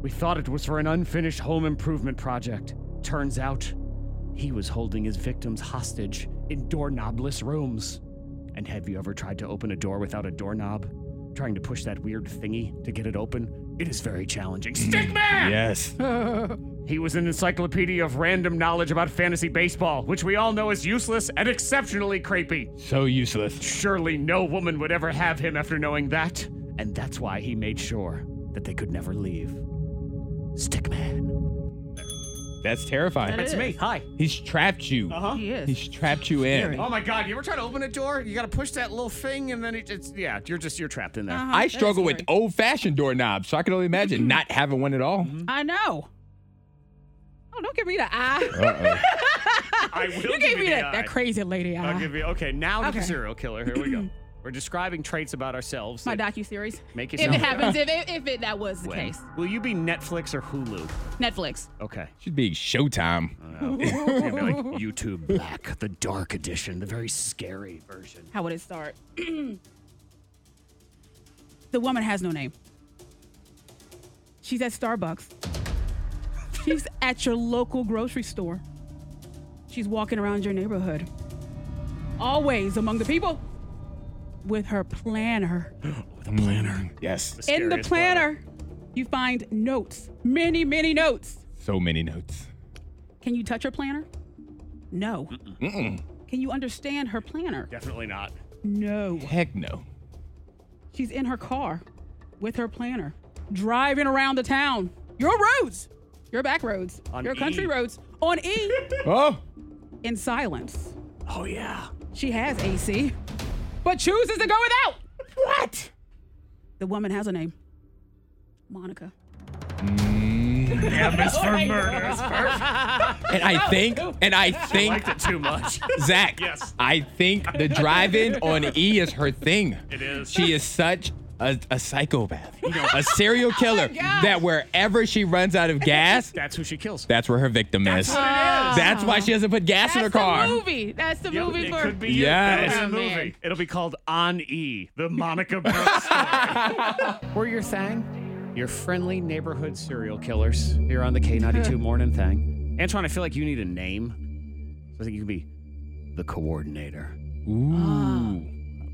Speaker 1: We thought it was for an unfinished home improvement project. Turns out, he was holding his victims hostage in doorknobless rooms. And have you ever tried to open a door without a doorknob? Trying to push that weird thingy to get it open? It is very challenging. Stickman!
Speaker 5: Yes.
Speaker 1: He was an encyclopedia of random knowledge about fantasy baseball, which we all know is useless and exceptionally creepy.
Speaker 5: So useless.
Speaker 1: Surely no woman would ever have him after knowing that. And that's why he made sure that they could never leave. Stickman.
Speaker 5: That's terrifying.
Speaker 1: That That's is. me. Hi.
Speaker 5: He's trapped you.
Speaker 1: Uh-huh. He is.
Speaker 5: He's trapped you in.
Speaker 1: Oh my god, you ever try to open a door? You gotta push that little thing and then it, it's yeah, you're just you're trapped in there.
Speaker 6: Uh-huh.
Speaker 5: I struggle with old fashioned doorknobs, so I can only imagine not having one at all.
Speaker 6: I know. Oh, don't give me the eye.
Speaker 5: Uh-oh.
Speaker 1: I will
Speaker 6: <laughs> you
Speaker 1: Oh, give
Speaker 6: gave me
Speaker 1: you the
Speaker 6: that, that
Speaker 1: eye.
Speaker 6: crazy lady eye.
Speaker 1: I'll give you okay, now to
Speaker 6: Okay.
Speaker 1: the serial killer. Here we
Speaker 6: <clears throat>
Speaker 1: go. We're describing traits about ourselves.
Speaker 6: My
Speaker 1: that
Speaker 6: docu series.
Speaker 1: make
Speaker 6: If
Speaker 1: yourself
Speaker 6: it happens, if, if, if it that was the
Speaker 1: When?
Speaker 6: case,
Speaker 1: Will you be Netflix or Hulu?
Speaker 6: Netflix.
Speaker 1: Okay.
Speaker 5: Should be showtime.
Speaker 1: <laughs> It'd be like YouTube Black, the dark edition, the very scary version.
Speaker 6: How would it start? <clears throat> the woman has no name. She's at Starbucks. She's at your local grocery store. She's walking around your neighborhood. Always among the people with her planner.
Speaker 1: <gasps> The planner.
Speaker 5: Yes.
Speaker 6: In the planner, you find notes, many, many notes.
Speaker 5: So many notes.
Speaker 6: Can you touch her planner? No.
Speaker 5: Mm-mm.
Speaker 6: Can you understand her planner?
Speaker 1: Definitely not.
Speaker 6: No.
Speaker 5: Heck no.
Speaker 6: She's in her car with her planner, driving around the town. Your roads, your back roads,
Speaker 1: On
Speaker 6: your country
Speaker 1: E.
Speaker 6: roads, on E
Speaker 5: Oh.
Speaker 6: in silence.
Speaker 1: Oh yeah.
Speaker 6: She has AC, but chooses to go without. What? The woman has a name Monica.
Speaker 1: Yeah,
Speaker 6: <laughs> Oh
Speaker 1: it's for murder. It's
Speaker 5: And I think, and I think,
Speaker 1: liked it too much. <laughs>
Speaker 5: Zach,
Speaker 1: Yes.
Speaker 5: I think the drive-in on E is her thing.
Speaker 1: It is.
Speaker 5: She is such a, a psychopath, a serial killer
Speaker 6: gosh.
Speaker 5: that wherever she runs out of gas,
Speaker 1: That's who she kills.
Speaker 5: that's where her victim is.
Speaker 1: what it is.
Speaker 5: That's why she doesn't put gas in her
Speaker 6: That's
Speaker 5: car.
Speaker 6: the movie. That's the
Speaker 1: Yeah,
Speaker 6: movie
Speaker 1: it
Speaker 6: for.
Speaker 1: could be
Speaker 5: Yes.
Speaker 1: you. That is
Speaker 6: Oh,
Speaker 1: a
Speaker 6: man.
Speaker 1: movie. It'll be called On E, the Monica Brooks
Speaker 6: <laughs>
Speaker 1: story. We're your thang, your friendly neighborhood serial killers here on the
Speaker 6: <laughs>
Speaker 1: K92 Morning Thang. Antoine, I feel like you need a name. So I think you could be the coordinator.
Speaker 5: Ooh,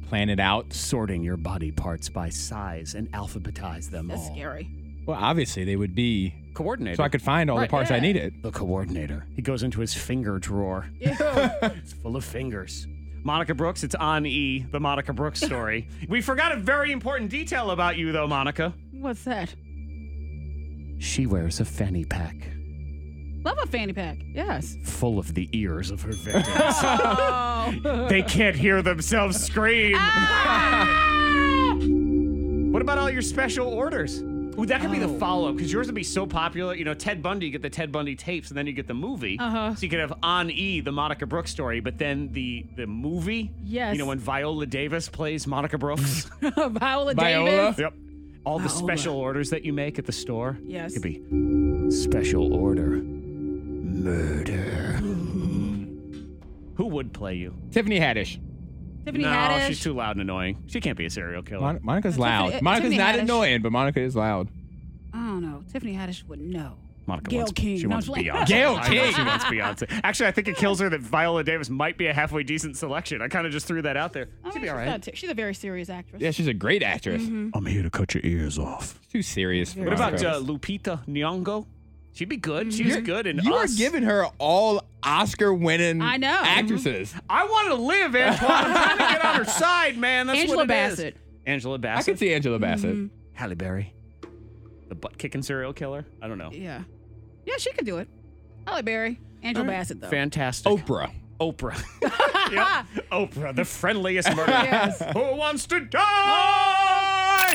Speaker 5: plan it out.
Speaker 1: sorting your body parts by size and alphabetize them
Speaker 6: That's
Speaker 1: all.
Speaker 6: scary.
Speaker 14: Well, obviously they would be
Speaker 1: coordinated.
Speaker 14: so I could find all
Speaker 1: Right,
Speaker 14: the parts I
Speaker 1: yeah.
Speaker 14: needed.
Speaker 1: The coordinator. He goes into his finger drawer. <laughs> it's full of fingers. Monica Brooks, it's on E, the Monica Brooks story. we forgot a very important detail about you, though, Monica.
Speaker 6: What's that?
Speaker 1: She wears a fanny pack
Speaker 6: Love a fanny pack. Yes.
Speaker 1: full of the ears of her victims.
Speaker 6: Oh.
Speaker 1: <laughs> they can't hear themselves scream.
Speaker 6: Ah!
Speaker 1: what about all your special orders? Ooh, that could be the
Speaker 6: Oh.
Speaker 1: follow up because yours would be so popular. You know, Ted Bundy, you get the Ted Bundy tapes and then you get the movie.
Speaker 6: Uh-huh.
Speaker 1: So you could have On E, the Monica Brooks story, but then the the movie.
Speaker 6: Yes.
Speaker 1: You know, when Viola Davis plays Monica
Speaker 6: <laughs>
Speaker 1: Brooks.
Speaker 6: Viola, Davis.
Speaker 1: Yep. All the
Speaker 6: Viola.
Speaker 1: special orders that you make at the store.
Speaker 6: Yes.
Speaker 1: Could be special order
Speaker 6: <laughs>
Speaker 1: murder. Who would play you?
Speaker 14: Tiffany Haddish.
Speaker 6: Tiffany
Speaker 1: no,
Speaker 6: Haddish.
Speaker 1: she's too loud and annoying. She can't be a serial killer.
Speaker 14: Mon- Monica's
Speaker 1: uh,
Speaker 14: loud.
Speaker 6: Tiffany-
Speaker 14: Monica's
Speaker 6: Tiffany
Speaker 14: not
Speaker 6: Haddish.
Speaker 14: annoying, but Monica is loud.
Speaker 6: I don't know. Tiffany Haddish would know.
Speaker 1: Monica
Speaker 6: Gail
Speaker 1: wants,
Speaker 6: King.
Speaker 1: She
Speaker 6: No,
Speaker 1: wants
Speaker 6: I'm just
Speaker 1: Beyonce.
Speaker 6: playing.
Speaker 14: Gail
Speaker 1: I know She
Speaker 14: King.
Speaker 1: wants Beyonce. Actually, I think it kills her that Viola Davis might be a halfway decent selection. I kind of just threw that out there.
Speaker 15: I mean,
Speaker 1: She'd be all
Speaker 15: she's,
Speaker 1: right.
Speaker 15: not ter- she's a very serious actress.
Speaker 14: Yeah, she's a great actress.
Speaker 1: I'm here to cut your ears off.
Speaker 14: It's too serious.
Speaker 1: What about uh, Lupita Nyong'o? She'd be
Speaker 6: Mm-hmm.
Speaker 1: good. She was good in
Speaker 14: you
Speaker 1: Us.
Speaker 14: are giving her all Oscar-winning
Speaker 1: I know.
Speaker 14: actresses.
Speaker 1: I want to live, Antoine. I'm trying to get on her side, man. That's
Speaker 6: Angela
Speaker 1: what it is.
Speaker 6: Bassett.
Speaker 1: Angela
Speaker 14: I
Speaker 1: Bassett.
Speaker 14: could see Angela Bassett.
Speaker 1: Halle Berry. The butt kicking serial killer. I don't know.
Speaker 6: Yeah. Yeah, she could do it. Halle Berry. Angela Bassett, though. Ah!
Speaker 1: Fantastic.
Speaker 14: Oprah.
Speaker 1: Oprah. <laughs> Yep. Oprah, the friendliest murderer.
Speaker 6: Yes.
Speaker 1: Who wants to die?